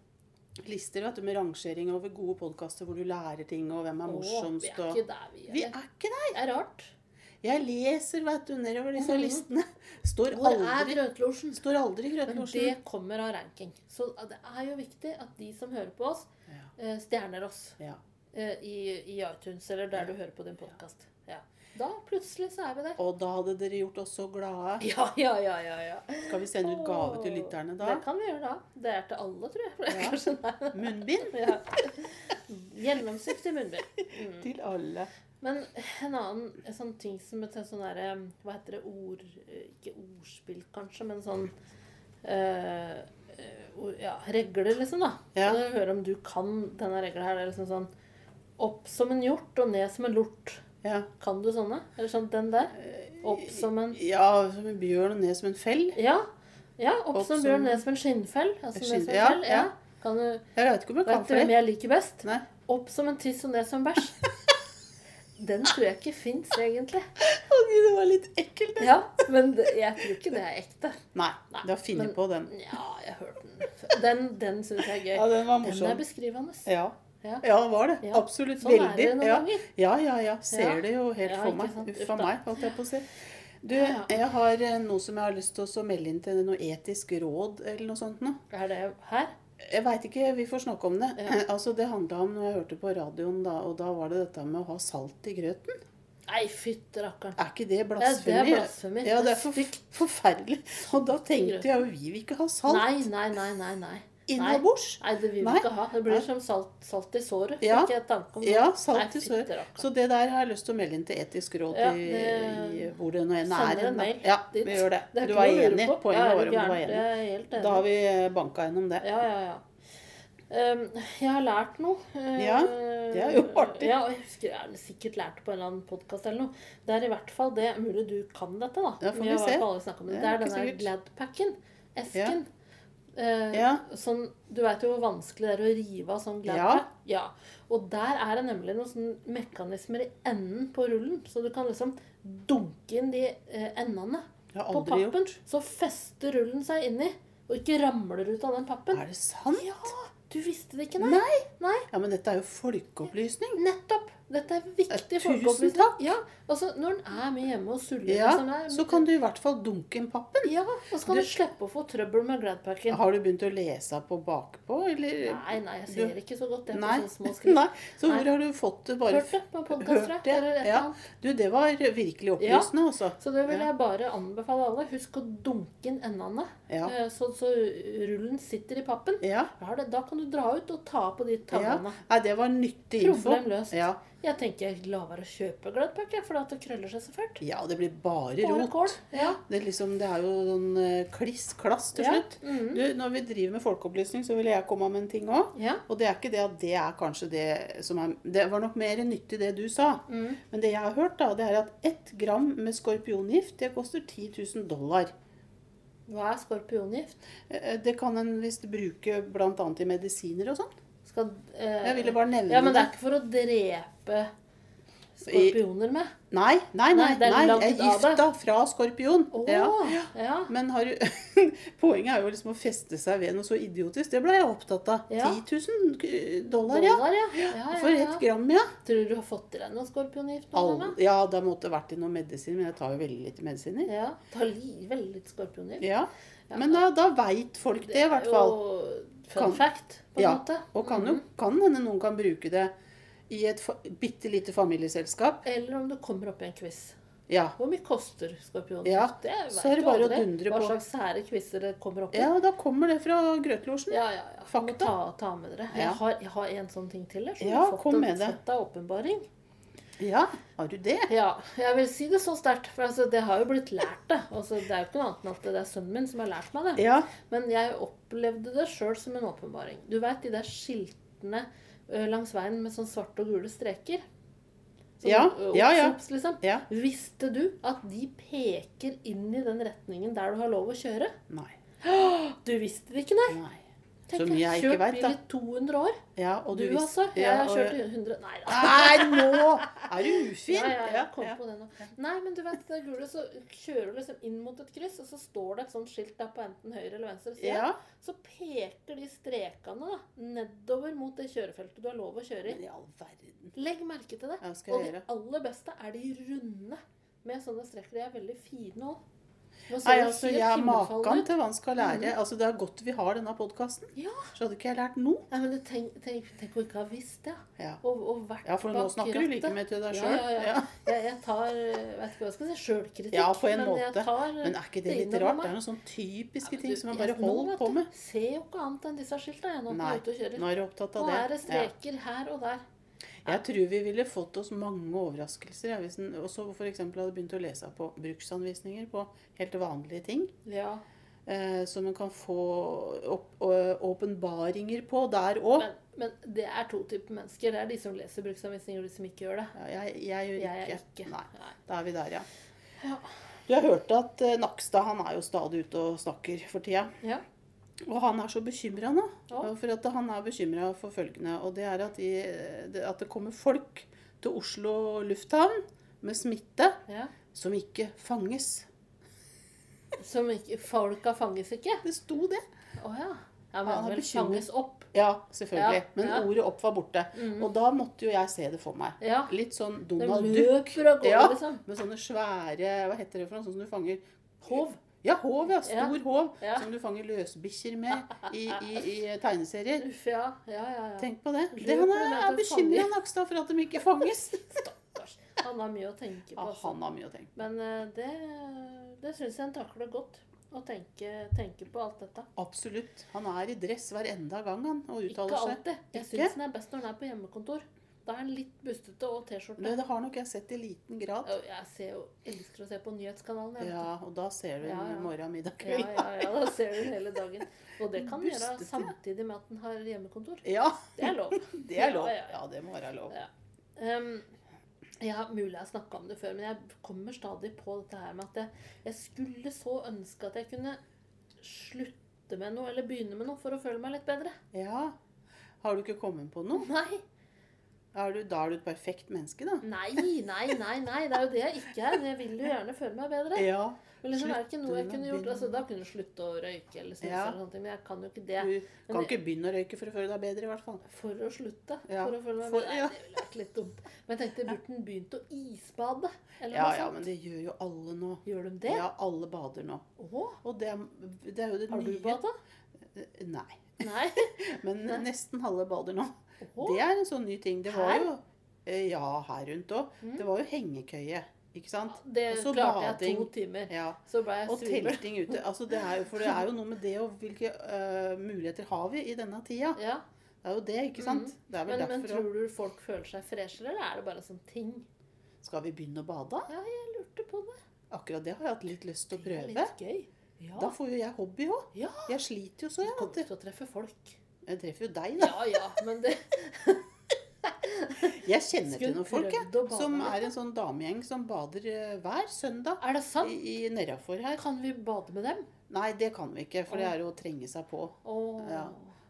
lister vet du, med rangering over gode podkaster hvor du lærer ting, og hvem er
Å,
morsomst,
Vi er
og
ikke der vi er.
Vi er ikke der!
Det er rart.
Jeg leser, vet du, nedover disse
Mhm.
listene. Står
Hvor er
aldri,
grøtlosjen?
står aldri
Men
Grøtlorsen.
det kommer av ranking. Så det er jo viktig at de som hører på oss,
Ja.
eh, stjerner oss
Ja.
eh, i, i iTunes eller der du hører på din podkast. Ja. Da plutselig så er vi der. [LAUGHS]
Og da hadde dere gjort oss så glade.
Ja, ja, ja, ja, ja.
Skal vi sende ut gave til lytterne da?
Det kan vi gjøre da. Det er til alle, tror jeg. For det er [LAUGHS]
Ja.
kanskje nei.
Munnbind
Ja. Gjennomsiktig munnbind. Mm.
til alle.
Men en annen eh, sånn ting som et sånn derre Hva heter det? Ord eh, Ikke ordspill, kanskje, men sånn eh, eh, ord- Ja, regler, liksom, da.
Ja.
Når du hører om du kan denne regla her, det er liksom sånn Opp som en hjort og ned som en lort.
Ja.
Kan du sånne? Eller sånn den der? Opp som en
ja, som en bjørn og ned som en fell.
Ja. ja opp,
Opp
som
som-
en bjørn, ned som en skinnfell. Altså,
Skinn-
ned som en
ja,
fell. Ja.
ja.
Kan du
Jeg veit ikke om jeg kan
Vet du hvem
flere.
jeg liker best?
Nei.
Opp som en tiss og ned som en bæsj.
[LAUGHS]
Den tror jeg ikke fins, egentlig.
Å, Gud, det var litt ekkelt. det.
Ja, men det, jeg tror ikke det er ekte.
Nei,
Nei,
du har funnet
men-
på den.
Ja, jeg hørte den. før. Den, den syns jeg er
Ja,
gøy.
den var
Den er
morsom.
beskrivende.
Ja.
Ja.
ja, det var det.
Ja.
Absolutt.
Sånn er
Veldig.
det noen
ja.
ganger.
ja, ja, ja. Ser
Ja.
det jo helt
Ja,
for
ikke
meg.
sant.
Uff
Uff da.
a meg, holdt jeg på å si. Du,
Ja.
jeg har eh, noe som jeg har lyst til å melde inn til noe etisk råd eller noe sånt nå.
Er det her?
Jeg veit ikke, vi får snakke om det.
Ja.
[LAUGHS] Altså, det handla om når jeg hørte på radioen da, og da var det dette med å ha salt i grøten.
Nei, fytte rakkeren.
Er ikke det
Ja, det er
blasfemi?
blasfemi.
Ja, det er for, forferdelig. Og da tenkte jeg jo, vi vil ikke ha salt
Nei, nei, nei, nei. Nei,
innabords.
nei det vil vi
Nei.
ikke ha. Det
Nei.
blir som salt, salt i såret.
Ja.
Fikk jeg tanke om det.
Ja,
Nei,
salt i sør.
fytte rakkeren.
Så det der har jeg lyst til å melde inn til etisk råd
Ja,
i-
det-
i hvor det nå enn
Sender
er.
en
hen, da.
mail
Ja, vi
dit.
gjør det.
Det er
Du
ikke
var
noe å lure
enig.
på.
Poenget
Ja, er
var
du
om du var
gæren?
enig.
Jeg er helt enig.
Da har vi banka gjennom det.
Ja, ja, ja. Ehm, jeg har lært noe. eh,
Ja, det er jo artig.
Ja, og jeg husker jeg har sikkert lært det på en eller annen podkast eller noe. Det er i hvert fall det Mulig du kan dette, da.
Ja, får vi
har i hvert
se.
fall aldri snakket om det.
Ja,
det er
ikke
den der
sikkert.
Gladpacken. Esken. Eh,
Ja.
Sånn, du veit jo hvor vanskelig det er å rive av sånn Gladpack. Ja. Og der er det nemlig noen sånne mekanismer i enden på rullen, så du kan liksom dunke inn de eh, endene
Jeg har
på
aldri gjort
pappen. Så fester rullen seg inni, og ikke ramler ut av den pappen.
Er det sant?
Ja, du visste det ikke, nei?
Ja, men dette er jo folkeopplysning.
Nettopp! Dette er viktig
Eh, tusen
folkeopplysning.
takk.
Ja, altså, når den er med hjemme og suller
Ja,
liksom, det er-
så kan du i hvert fall dunke inn pappen.
Ja, og så kan du,
Du-
slippe å få trøbbel med Gladpacken.
Har du begynt å lese på bakpå, eller?
Nei, nei, jeg ser ikke så godt det på
[LAUGHS] Nei.
sånne små skrift.
Nei. Så
Nei.
hvor har du fått det bare
Hørt det på podkaster,
Hørt det,
eller et eller
ja.
annet.
Du, det var virkelig opplysende, altså.
Så det vil
Ja.
jeg bare anbefale alle. Husk å dunke inn endene,
Ja.
eh, så, så rullen sitter i pappen.
ja.
Da har det- Da kan du dra ut og ta på de tannene.
Nei, det var nyttig info.
Problem løst.
Ja.
Jeg tenker jeg lar være å kjøpe Gladpack, for det krøller seg så fælt.
ja, det blir bare
Bare
rot.
kål. Ja.
Det er, liksom, det er jo sånn eh, kliss, klass til
Ja.
slutt.
Mhm.
Du, når vi driver med folkeopplysning, så ville jeg komme med en ting òg.
Ja.
Og det er ikke det at det er kanskje det som er Det var nok mer nyttig det du sa.
Mm.
Men det jeg har hørt, da, det er at ett gram med skorpiongift, det koster 10 000 dollar.
Hva er skorpiongift?
Eh, Det kan en visst bruke bl.a. i medisiner og sånn.
Skal, eh,
Jeg ville bare nevne
ja, men det er ikke for å drepe skorpioner med.
Nei, nei, nei.
Nei, det er
nei,
langt
jeg er
av det.
gifta fra skorpion.
Å,
Ja.
ja. ja.
Men har du, [LAUGHS] poenget er jo liksom å feste seg ved noe så idiotisk. Det ble jeg opptatt av.
Ja.
10 000 dollar, ja.
Dollar, ja. ja, ja,
For
ja.
ett gram, ja.
Tror du du har fått i deg noe skorpiongift? nå,
Al
Anna?
ja, da måtte det vært i noen medisin, men jeg tar jo veldig lite medisiner.
Ja. Ta livet litt skorpiongift.
Ja.
Ja.
Men da, da veit folk det, i hvert fall.
Og fun
Kan-
fact, på en
Ja,
måte.
Og kan jo
Mhm.
kan hende noen kan bruke det i et fa bitte lite familieselskap.
Eller om du kommer opp i en quiz.
Ja.
Hvor mye koster skorpiongift?
Ja,
Det vet
så er det
du
bare å
aldri
dundre på.
Hva slags sære quizer det kommer opp i.
ja, da kommer det fra Grøtlosjen.
Ja, ja, ja.
Fakta.
Må Ta, ta med dere.
Ja.
Jeg, har, jeg har en sånn ting til. Jeg, som
Ja,
har fått
kom
en-
med det.
Fått av åpenbaring.
Ja, har du det?
Ja, jeg vil si det så sterkt, for altså, det har jo blitt lært det. Altså, det er jo ikke noe annet enn at det er sønnen min som har lært meg det.
Ja.
Men jeg opplevde det sjøl som en åpenbaring. Du veit de der skiltene ø, langs veien med sånn svarte og gule streker? Sånn,
Ja,
ø,
ja, ja.
obs, obs, liksom.
ja.
Visste du at de peker inn i den retningen der du har lov å kjøre?
Nei.
Du visste det ikke, nei.
Nei.
Tenk,
Som jeg ikke
kjørt
vet, da.
bil i 200 år.
Ja,
Du,
og du,
altså.
visste-
Jeg
ja,
har
og-
kjørt i 100 Nei da.
Nei, nå er du ufin!
Ja, ja, jeg kom
ja.
på det nå. Nei, men du vet, det gule, så kjører du liksom inn mot et kryss, og så står det et sånt skilt der på enten høyre eller venstre side.
Ja.
Så peker de strekene da, nedover mot det kjørefeltet du har lov å kjøre i.
Men i all verden.
Legg merke til det.
Ja, skal
Og
jeg
de
gjøre.
aller beste er de runde med sånne streker. De er veldig fine òg.
Nei, altså, jeg er makan til hva han skal lære. Altså, Det er godt vi har denne podkasten.
Mm. Ja.
Så hadde ikke jeg lært noe.
Nei, men det- tenk, tenk, tenk å ikke ha visst det.
Ja,
Og, og vært
ja for nå
bak
snakker du like
rattet.
mye til deg
Ja,
sjøl.
ja, ja. Jeg, jeg tar eh, vet ikke hva jeg skal si, sjølkritikk.
Ja, på en
men jeg
måte.
tar
Men er ikke det
Det
litt
innrømmer
rart?
meg.
Det er noen sånne typiske
Du,
ting som man
jeg-
bare holder
nå,
på
vet
med.
du, Ser jo ikke annet enn disse skilta jeg nå når
Nei,
jeg er ute og kjører.
Nå er du opptatt av
Nå
det.
er det
Ja.
streker her og der.
Jeg tror vi ville fått oss mange overraskelser ja, hvis en også f.eks. hadde begynt å lese på bruksanvisninger på helt vanlige ting.
Ja,
Eh, som en kan få opp- å- åpenbaringer på der òg.
men, men det er to typer mennesker. Det er de som leser bruksanvisninger, og de som ikke gjør det.
Ja, jeg, jeg gjør ikke.
Jeg er ikke.
Nei,
Nei.
da er vi der, ja.
Ja.
Du har hørt at eh, Nakstad han er jo stadig ute og snakker for tida.
Ja.
Og han er så bekymra nå.
Ja.
For at han er bekymra for følgende. Og det er at, i, det- at det kommer folk til Oslo lufthavn med smitte
Ja.
som ikke fanges.
Som ikke, folka fanges ikke.
Det sto det.
Å ja. Jeg
Han er
mener vel
bekymret.
fanges opp.
Ja, selvfølgelig.
Ja,
Men
ja.
ordet opp var borte. Og da måtte jo jeg se det for meg.
Ja.
Litt sånn
Det
Donald Duck.
løper av gårde,
Ja.
liksom.
Med sånne svære Hva heter det for noe? Sånn som du fanger
Hov.
Ja, håv, ja.
Ja.
Stor håv.
Ja.
Som du fanger løsbikkjer med i, i,
[LAUGHS]
i tegneserier.
Uff, ja. Ja, ja, ja.
Tenk på det.
Lurer
det han
på
er,
om det er
er bekymra,
fanger.
Nakstad, for at de
[LAUGHS]
ikke fanges.
Stakkars. Han har mye å tenke på.
Ja,
altså.
han har mye å tenke
Men eh, det, det syns jeg han takler godt. Å tenke, tenke på alt dette.
på. Absolutt. Han er i dress hver enda gang han, og
Ikke
uttaler seg.
alltid. Jeg
Ikke?
syns den er best når den er på hjemmekontor. Da er den litt bustete og
Det,
T-skjorte.
det har nok jeg sett i liten grad.
Jeg jeg ser jo, elsker å se på nyhetskanalen. Jeg. vet
Ja, og da ser du
Ja, ja.
morgen, middag,
du. Ja,
kveld. [LAUGHS]
ja, ja, da ser du hele dagen. Og det kan gjøre
Bustete.
samtidig med at den har hjemmekontor.
Ja,
Det er lov.
det er lov.
Ja, ja, ja.
Ja, det må være lov.
Ja. Um, jeg har mulig jeg har snakka om det før, men jeg kommer stadig på dette her med at jeg, jeg skulle så ønske at jeg kunne slutte med noe eller begynne med noe for å føle meg litt bedre.
Ja. Har du ikke kommet på noe?
Nei.
Er du, da er du et perfekt menneske, da.
Nei, nei, nei, nei. Det er jo det jeg ikke er. men Jeg vil jo gjerne føle meg bedre.
Ja.
Men liksom, er det ikke noe jeg
slutte
kunne
med å
gjort?
begynne.
Altså, da kunne jeg slutte å røyke eller snuse
Ja.
eller sånne ting, men jeg kan jo ikke det.
Du
Men-
kan ikke begynne å røyke for å føle deg bedre, i hvert fall.
For å slutte.
Ja.
For å føle meg
For-
bedre.
ja.
Nei, det ville vært litt dumt. Men jeg tenkte, burde den begynt å isbade? Eller
Ja,
noe
ja, men
sånt?
det gjør jo alle nå.
Gjør de det?
Ja, alle bader nå.
Åh,
Og det, det er jo det
har du
nye
bada?
Nei.
Nei.
Men
Nei.
nesten halve bader nå.
Åh,
[LAUGHS] Det er en sånn ny ting. Det var
Her?
jo eh, Ja, her rundt òg.
Mm.
Det var jo hengekøye, ikke sant?
det
Og så
klarte jeg to
bading.
timer.
Ja.
Så ble jeg
Og
svimmel.
telting ute. Altså, det er jo, for det er jo noe med det og hvilke eh, muligheter har vi i denne tida.
Ja.
Det er jo det, ikke sant? Det er vel
Mm. Men, men
derfor
tror
òg.
du folk føler seg freshere, eller er det bare en sånn ting?
Skal vi begynne å bade?
Jeg lurte på det.
Akkurat det har jeg hatt litt lyst til å
Det er
prøve.
litt gøy. Ja.
Da får jo jeg hobby òg.
Ja.
Jeg sliter jo så, jeg.
Du kommer
vet
til
du.
å treffe folk.
Jeg treffer jo deg, da.
Ja ja, men det
Jeg kjenner til
Skulle
noen folk, jeg.
prøvd å bade
Som
litt,
er en sånn damegjeng som bader eh, hver søndag
Er det sant?
i, i nedafor her.
Kan vi bade med dem?
Nei, det kan vi ikke, for det
Åh.
er jo å trenge seg på.
Åh.
Ja.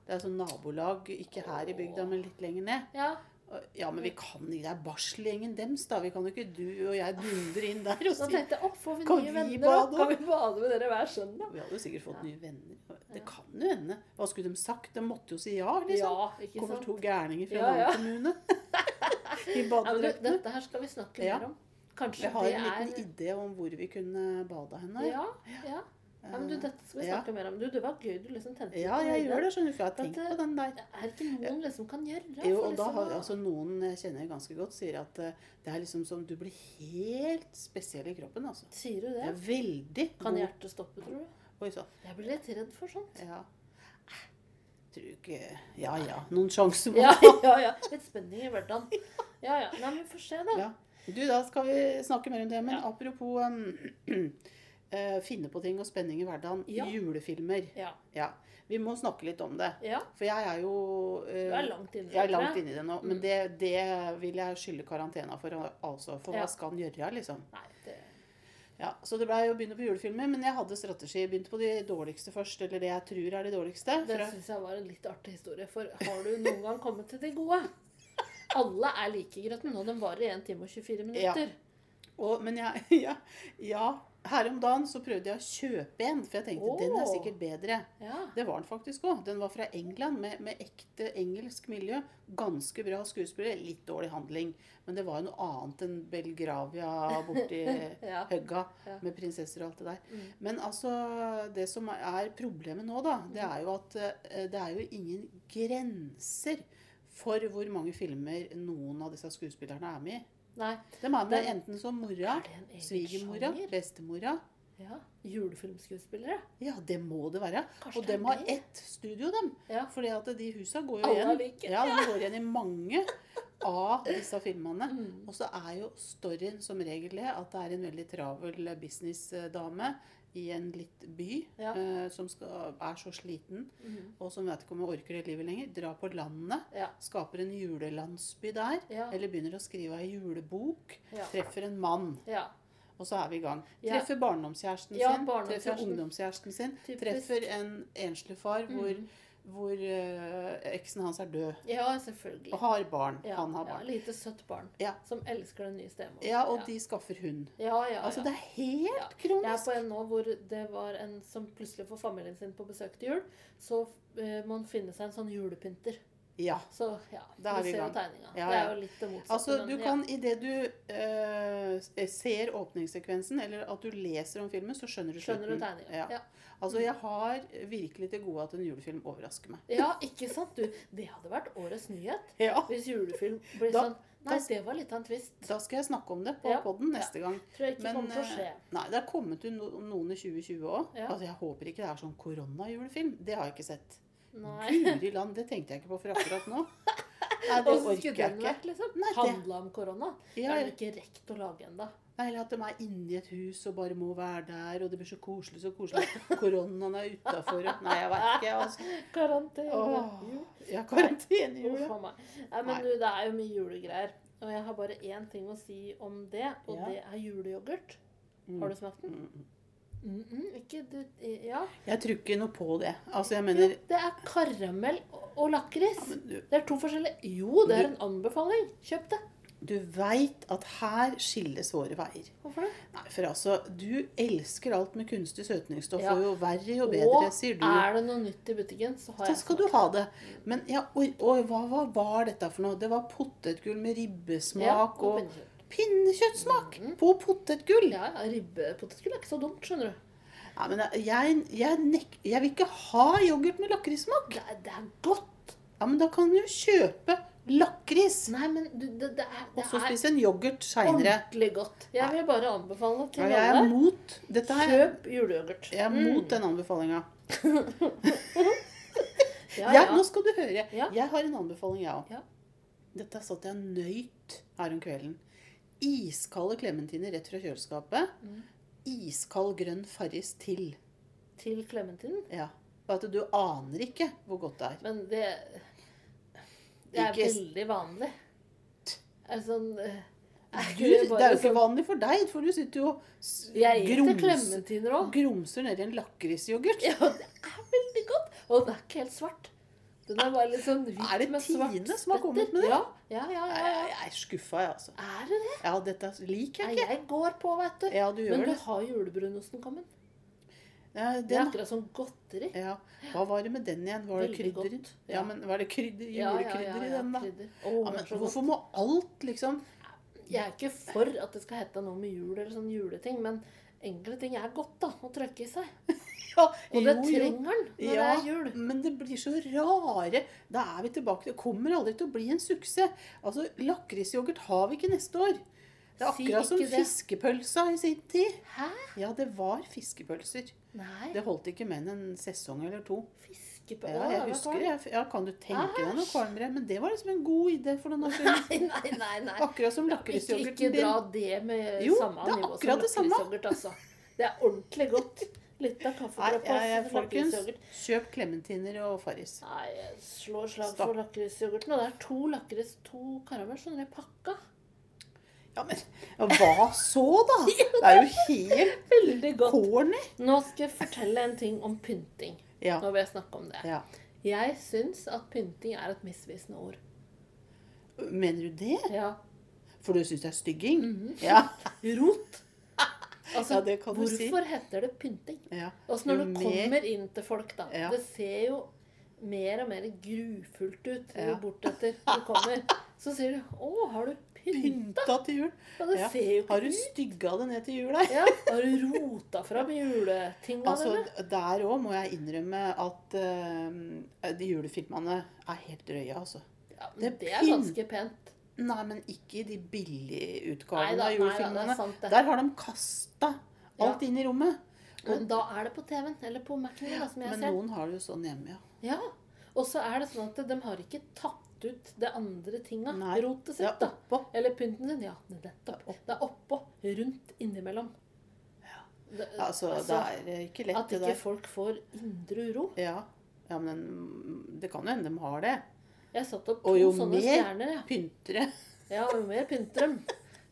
Det er sånn nabolag, ikke her i bygda, men litt lenger ned.
Ja.
Og- Ja, men vi kan ikke, det er barselgjengen dems, da. Vi kan jo ikke du og jeg dundre inn der og
Da
si
tenkte jeg å, får vi
Kan
nye
vi
venner?
bade?
også? Kan vi bade med dere hver søndag?
Vi hadde jo sikkert fått
Ja.
nye venner. Det kan jo hende. Hva skulle de sagt? De måtte jo si ja, liksom.
Ja, ikke
Kommer
sant?
to gærninger fra en
Ja, ja.
annen kommune.
[LAUGHS] Ja,
I
men du,
badedraktene.
dette her skal vi snakke
Ja.
mer om. Kanskje
Jeg har
det
en
er
liten idé om hvor vi kunne bada henne.
Ja, ja. ja, men du, dette skal vi
Eh, Ja.
snakke mer om. Du, det var gøy du liksom tente
Ja, jeg gjør det, skjønner du, for jeg har tenkt
Dette-
på den der.
Er det ikke noen liksom kan gjøre?
Jo,
for
og da
liksom
har
å-
altså Noen jeg kjenner ganske godt, sier at eh, det er liksom som du blir helt spesiell i kroppen. altså.
Sier du
Det
det?
er veldig
Kan
god-
hjertet stoppe, tror du?
Oi, så.
Jeg blir litt redd for sånt.
Ja. Tror ikke Ja ja, noen sjanse
[LAUGHS]
må [LAUGHS]
Ja, ja, ja. Litt spenning i hverdagen. Ja, ja. Nei, men få se, da.
Ja. Du, da skal vi snakke mer om det. Men
Ja.
apropos um, [CLEARS THROAT] eh, finne på ting og spenning i hverdagen.
Ja.
Julefilmer.
Ja.
Ja. Vi må snakke litt om det.
ja.
For jeg er jo eh,
Du er langt inne.
jeg er
tror
langt inne i det nå, men
Mm.
det, det vil jeg skylde karantena for. altså, For
Ja.
hva skal en gjøre, liksom?
Nei, det...
Ja, Så det blei å begynne på julefilmer, men jeg hadde strategi. Begynte på de dårligste først, eller det jeg tror er de dårligste.
Det
fra-
syns jeg var en litt artig historie. For har du noen gang kommet til det gode? Alle er like grøten, og den varer 1 time og 24 minutter.
Og, men jeg, [LAUGHS] ja, ja, her om dagen så prøvde jeg å kjøpe en, for jeg tenkte den er
Åh.
sikkert bedre.
Ja.
Det var den faktisk òg. Den var fra England, med, med ekte engelsk miljø. Ganske bra skuespiller, litt dårlig handling. Men det var jo noe annet enn Belgravia borti
[LAUGHS] Ja.
høgga
Ja.
med prinsesser og alt det der.
Mm.
Men altså, det som er problemet nå, da, det
Mm.
er jo at eh, det er jo ingen grenser for hvor mange filmer noen av disse skuespillerne er med i.
Nei.
De er med
Men-
enten som mora,
Er det en egen
svigermora,
sjanger?
bestemora.
Ja. Julefilmskuespillere.
Ja, det må det være.
Kanskje
Og
det
de
er
har
det?
ett studio, dem.
Ja.
Fordi at de husa går jo
Alle
igjen.
er like.
Ja, de går igjen i mange av disse filmene.
Mm.
Og så er jo storyen som regel det at det er en veldig travel businessdame i en litt by
Ja.
eh, som skal, er så sliten
Mm.
og som vet ikke om hun orker det livet lenger. Drar på landet,
Ja.
skaper en julelandsby der.
Ja.
Eller begynner å skrive ei julebok.
Ja.
Treffer en mann,
ja.
og så er vi i gang.
Ja.
Treffer barndomskjæresten
Ja,
sin,
barndomskjæresten.
treffer ungdomskjæresten sin.
Typisk.
Treffer en enslig far hvor,
Mm.
hvor eh, eksen hans er død.
Ja, selvfølgelig.
Og har barn.
Ja,
Han har barn.
Ja, lite søtt barn
Ja.
som elsker den nye stemora.
Ja, og de skaffer hund.
ja, ja,
Altså,
ja.
det er helt
Ja. Jeg er
kronisk.
på en nå hvor det var en som plutselig får familien sin på besøk til jul. Så eh, må han finne seg en sånn julepynter.
Ja.
Så ja,
Da er
du
vi i
ser jo
gang.
tegninga.
Ja,
Det
ja.
er jo litt det motsatte. men
Altså, du kan idet du eh, ser åpningssekvensen, eller at du leser om filmen, så skjønner du
ja, skjønner du
slutten.
tegninga.
Ja.
Ja. Mm. Ja.
Altså, jeg har virkelig til gode at en julefilm overrasker meg.
ikke sant? Du, det hadde vært årets nyhet
Ja.
hvis julefilm blir
Da-
sånn Nei,
da-
det var litt av en twist.
Da skal jeg snakke om det på
Ja.
podden neste gang.
Tror jeg ikke
Men,
kommer til å skje.
eh, Nei, det er kommet ut no- noen i 2020 òg.
Ja.
Altså, jeg håper ikke det er sånn koronajulefilm. Det har jeg ikke sett.
Nei.
Guri land, det tenkte jeg ikke på for akkurat
[LAUGHS]
nå. Nei, det
Og så
orker
skulle
jeg
den
ikke.
vært liksom
Nei, det-
handla om korona. Det
Ja,
er
ja.
den ikke rekt å lage ennå.
Nei, Eller at de er inni et hus og bare må være der, og det blir så koselig, så koselig. Koronaen er utafor og Nei, jeg vet ikke, altså.
Karantene.
Åh,
Jul.
ja, karantenejul.
Uff
ja.
a meg. Nei, men
Nei.
du, det er jo mye julegreier. Og jeg har bare én ting å si om det, og
Ja.
det er juleyoghurt.
Mm,
Har du smakt den?
mm, mm.
Mm -mm, ikke du Ja.
Jeg tror ikke noe på det. Altså, jeg
Jo,
mener
det er karamell og, og lakris.
ja, men du,
Det er to forskjellige Jo, det er
Du-
en anbefaling. Kjøp det.
du veit at her skilles våre veier.
Hvorfor det?
Nei, for altså, du elsker alt med kunstig søtningsstoff,
Ja.
og jo verre, jo bedre,
Og
sier du.
er det noe nytt i butikken, så har
Da
jeg
skal du ha det. Men ja, og, og hva, hva var dette for noe? Det var potetgull med
ja, og
ribbesmak og
pinnekjøtt.
pinnekjøttsmak på potetgull.
Ja, ja, ribbepotetgull er ikke så dumt, skjønner du.
Nei, men jeg, jeg, nek jeg vil ikke ha yoghurt med lakrissmak.
Det er, det er godt.
Ja, men da kan du kjøpe lakris.
Nei, men du, det, det er, det
Og så
er
spise en yoghurt seinere.
ordentlig godt. Jeg vil bare anbefale til
Ja, jeg er
alle
mot dette her.
kjøp juleyoghurt. Mm.
Jeg er mot den anbefalinga.
Ja,
Ja,
ja.
nå skal du høre.
Ja.
Jeg har en anbefaling, jeg
Ja.
òg. Dette satt jeg og nøyt her om kvelden. Iskalde klementiner rett fra kjøleskapet.
Mm.
Iskald grønn Farris til.
Til klementinen.
Ja. Bare at du aner ikke hvor godt det er.
Men det, det er
Ikke s-
veldig vanlig. Er sånn, eh, er
Du,
ikke det
det er
bare
jo ikke
sånn
vanlig for deg, for du sitter jo og s-
Jeg spiser
grums-
klementiner òg.
grumser nedi en lakrisyoghurt.
Ja, [LAUGHS] det er veldig godt. Og den er ikke helt svart. Den er bare litt sånn
Er det
hvit med svart
Tine som har kommet med det?
Ja, ja, ja.
Nei,
ja,
Jeg jeg er skuffa, jeg, altså.
ja. Er det det?
Ja, dette liker
Nei,
jeg ikke.
jeg går på, vet du.
Ja, du
Men
gjør
du
det.
har julebrunosten kommet.
Ja,
Det er
den,
akkurat som godteri.
ja. Hva var det med den igjen? Var det
Veldig
krydder?
godt.
Ja, men var det krydder, julekrydder i den, da?
krydder.
Ja,
Åh,
men
så godt.
hvorfor må alt liksom
Jeg er ikke for at det skal hete noe med jul eller sånn juleting, men enkelte ting er godt da, å trøkke i seg.
ja,
Og det trenger den når det
Ja,
er jul.
men det blir så rare Da er vi tilbake til Det kommer aldri til å bli en suksess. Altså, Lakrisyoghurt har vi ikke neste år. Det er
Si
akkurat som
ikke det.
fiskepølsa i sin tid.
Hæ?
Ja, det var fiskepølser.
Nei.
Det holdt ikke med en sesong eller to.
sikker på
Ja, jeg husker det. Ja, kan du tenke deg noe kvalmere? Men det var liksom en god idé for noen år
[LAUGHS]
siden.
Nei, nei, nei. nei.
Akkurat som
Ikke,
lakrisyoghurten
ikke
din.
dra det med
Jo,
samme
det er
nivå som
akkurat det samme.
lakrisyoghurt, altså. Det er ordentlig godt. Litt av
Nei,
kaffedråper
jeg, jeg,
og
folkens,
lakrisyoghurt.
kjøp klementiner og Farris.
Nei, jeg slår slag
Stopp.
for lakrisyoghurten. Og det er to lakris, to karamell, sånn i pakka.
Ja, men ja, hva
[LAUGHS]
så, da? Det er jo helt
Veldig godt.
corny.
Nå skal jeg fortelle en ting om pynting.
Ja.
Nå vil jeg snakke om det.
ja.
Jeg syns at pynting er et misvisende ord.
Mener du det?
Ja.
For du syns det er stygging?
Mhm.
Ja. [LAUGHS]
Rot. Altså,
Ja, det kan du
hvorfor
si.
heter det pynting?
ja.
Altså når
Jo
du
mer-
kommer inn til folk, da.
Ja.
Det ser jo mer og mer grufullt ut jo
Ja.
bortetter du kommer. Så sier du 'Å, har du pynt?'
Pynta til jul.
Ja, det
Ja.
ser jo ikke
Har du stygga det ned til jul, da?
ja, Har du rota fram juletinga
Altså,
dine?
der òg må jeg innrømme at eh, de julefilmene er helt drøye, altså.
Ja, men
det
det er ganske pent.
Nei, men ikke i de billige
Nei da, nei,
utgavene av
da, det
julefilmene.
er sant, det.
Der har de kasta alt inn i rommet.
Men da er det på TV-en. Eller på Mac-en, da, som jeg
Men
ser.
noen har det jo sånn hjemme, ja.
Ja, og så er det sånn at de har ikke tatt ut det andre tinga,
Nei,
rotet
Det
sitt,
er
da.
oppå.
Eller pynten sin. Ja, nettopp.
opp.
Det er oppå, rundt, innimellom. Det,
Altså, det er eh, ikke lett,
at
det
ikke
der.
folk får indre uro.
Ja. ja, men mm, det kan jo hende de har det.
Jeg satte opp to
Og jo
sånne
mer-
stjerner, jeg.
Pyntere.
Ja, og jo mer pynter
[LAUGHS]
dem.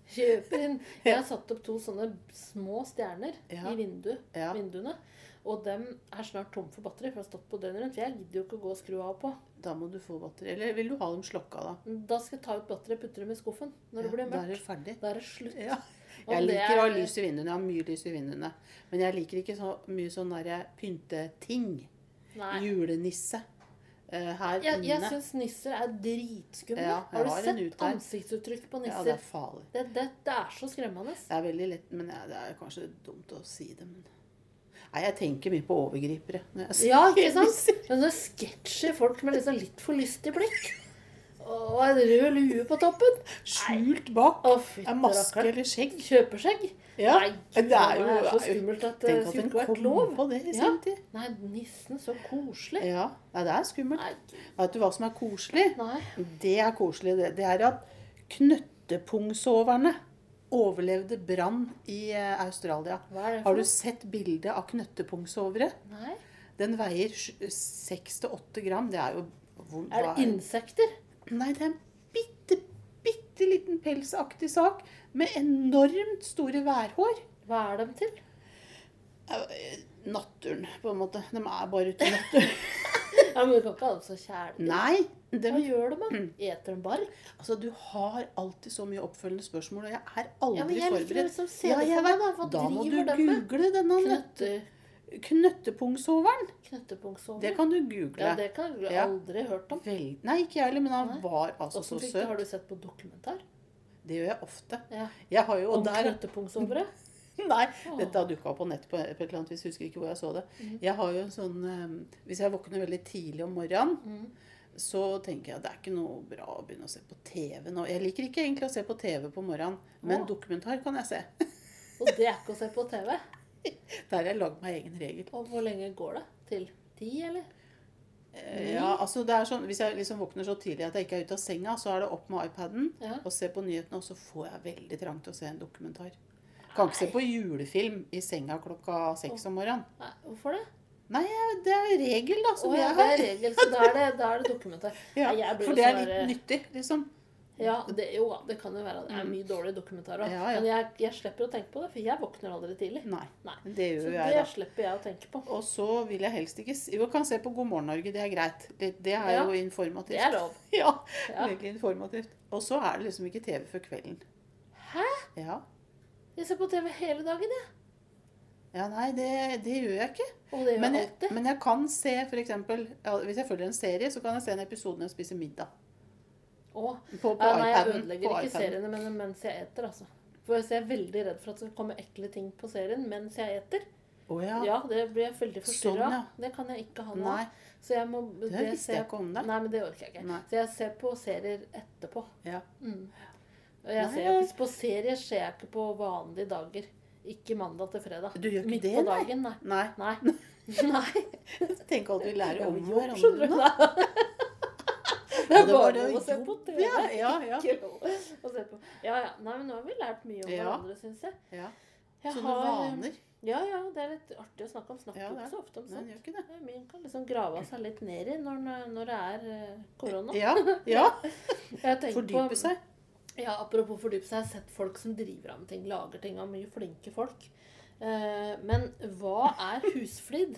Kjøper inn. Jeg satte opp to sånne små stjerner
Ja.
i vindu,
Ja.
vinduene. Og dem er snart tom for batteri, for det har stått på døgnet rundt. For jeg gidder jo ikke å gå og skru av og på.
Da må du få batteri. Eller vil du ha dem slokka, da?
Da skal jeg ta ut batteriet og putte dem i skuffen når
Ja,
det blir
da er det
mørkt.
ferdig.
Da er det slutt. [LAUGHS]
Ja.
Om
Jeg
det
liker å ha
er-
lys i vinduene. Jeg har mye lys i vinduene. Men jeg liker ikke så mye sånn derre pynteting.
Nei.
Julenisse. Eh, her
Jeg, jeg
inne.
syns nisser er dritskumle.
Ja, jeg
har du
har en ut
sett
her.
ansiktsuttrykk på
Ja,
nisser?
det er farlig.
det, det, det er så skremmende.
Det er veldig lett, men ja, det er kanskje dumt å si det, men Nei, jeg tenker mye på overgripere. Når jeg ser
Ja, ikke
nisser.
sant? Sånne sketsjer folk med liksom litt for lystig blikk. Og en rød lue på toppen.
Skjult bak.
Å, fy
Er maske
rakkeren.
eller skjegg.
Kjøpeskjegg.
Ja.
Nei,
Det
gud,
er jo
det er så
det er jo-
skummelt at det
Tenk at
skulle
den
ikke vært
kom
eh, lov.
på det i
Ja.
sin tid.
Nei, nissen, så koselig.
Ja. Nei, det er skummelt.
Nei,
Vet du hva som er koselig?
nei.
Det er koselig, det. Det er at knøttepungsoverne overlevde brann i eh, Australia.
Hva er det
Har
for
du
noe?
sett bildet av knøttepungsovere?
Nei.
Den veier 6-8 gram. Det er jo hvor-
Er
hva
det insekter?
Nei, det er en bitte, bitte liten pelsaktig sak med enormt store værhår.
Hva er de til?
Eh, Naturen, på en måte. De er bare ute i naturen.
Ja, men Du kan ikke ha dem som kjæledyr.
[LAUGHS] Nei. De,
Hva gjør de, da? Eter de bark?
altså, du har alltid så mye oppfølgende spørsmål, og jeg
Ja,
er
men
aldri
jeg liker
forberedt.
liksom se
Ja,
det
jeg
for meg,
vet.
da. Hva
Da må du
driver de med?
google denne
Knøtte,
nøtte- knøttepungsoveren. Det
knøttepunktsovner?
kan du google.
Ja, det kan jeg
Ja.
aldri hørt om.
Vel- Nei, ikke jeg heller, men han
Nei.
var altså så
Åssen fikk du,
søt.
har du sett på dokumentar?
Det gjør jeg ofte.
Ja.
Jeg har jo,
Om
og der,
knøttepunktsovere?
nei, [LAUGHS] dette har dukka opp på nett på, på et eller annet vis, husker ikke hvor jeg så det.
Mhm.
Jeg har jo en sånn eh, Hvis jeg våkner veldig tidlig om morgenen,
Mm.
så tenker jeg at det er ikke noe bra å begynne å se på TV nå. Jeg liker ikke egentlig å se på TV på morgenen, men
Å.
dokumentar kan jeg se.
Og det er ikke å se på TV.
Der har jeg lagd meg egen regel.
Og hvor lenge går det? Til ti, eller?
Eh, Ja, altså det er sånn, Hvis jeg liksom våkner så tidlig at jeg ikke er ute av senga, så er det opp med iPaden
Ja.
og se på nyhetene, og så får jeg veldig trang til å se en dokumentar. Kan ikke se på julefilm i senga klokka seks om morgenen.
Nei, hvorfor det?
Nei, jeg- det er regel, da, som
Å ja,
jeg
det
har.
er regel, så da er det, da er det dokumentar.
Ja,
Nei, jeg blir
for
jo
det er
sånn der-
litt nyttig, liksom.
Ja, det, jo, det kan jo være. Det er mye dårlige dokumentarer også.
Mm. Ja, ja.
Men jeg, jeg slipper å tenke på det, for jeg våkner aldri tidlig.
Nei,
Nei.
det
Så det
gjør jeg, da.
slipper jeg å tenke på.
Og så vil jeg helst ikke se Jo, jeg kan se på God morgen Norge, det er greit. Det, det er
Ja.
jo informativt.
Det er lov.
[LAUGHS] Ja,
Ja.
veldig informativt. Og så er det liksom ikke TV før kvelden.
Hæ?
Ja.
Jeg ser på TV hele dagen, jeg.
Ja, nei, det, det gjør jeg ikke.
Og det gjør
Men
jeg
jeg,
alltid.
men jeg kan se f.eks. Ja, hvis jeg følger en serie, så kan jeg se en episode når jeg spiser middag.
Åh.
På, på
Ja, nei, jeg
iPaden.
ødelegger
På
ikke
iPaden.
seriene mine mens jeg eter, altså. For jeg er veldig redd for at det skal komme ekle ting på serien mens jeg eter.
Å ja.
Ja, det blir jeg veldig
Sånn,
forstyrra av.
ja.
Det kan jeg ikke ha noe
Nei,
av. Så jeg må
det, visste jeg ikke om deg.
Nei, men det orker jeg ikke.
Nei.
Så jeg ser på serier etterpå.
Ja.
Mm. Og jeg
Nei,
ser
jeg-
på serier ser jeg ikke på vanlige dager. Ikke mandag til fredag.
Du gjør ikke
Midt
det,
på
nei?
dagen, nei.
[LAUGHS]
[LAUGHS]
Nei.
Nei. Nei.
Tenk alt vi lærer om
jobb, skjønner
hverandre
du.
nå.
Det
Ja,
er
det var
bare
det
å se
jobb.
på TV.
Ja, ja, ja.
Ikke lov å se på. Ja, ja. Nei, men nå har vi lært mye om
Ja.
hverandre, syns jeg.
Ja.
jeg
Sånne
har- eh,
vaner.
Ja, ja. Det er litt artig å snakke om. Snakker
Ja,
jo
det
ikke så ofte om
Nei, den
sånt.
gjør ikke det.
Ja, Min kan liksom grave seg litt ned i når, når det er eh, korona.
[LAUGHS] Ja, ja.
Jeg tenker på-
Eh, Fordype seg.
Ja, apropos fordype seg, jeg har sett folk som driver av med ting, lager ting av mye flinke folk. Eh, men hva er husflid,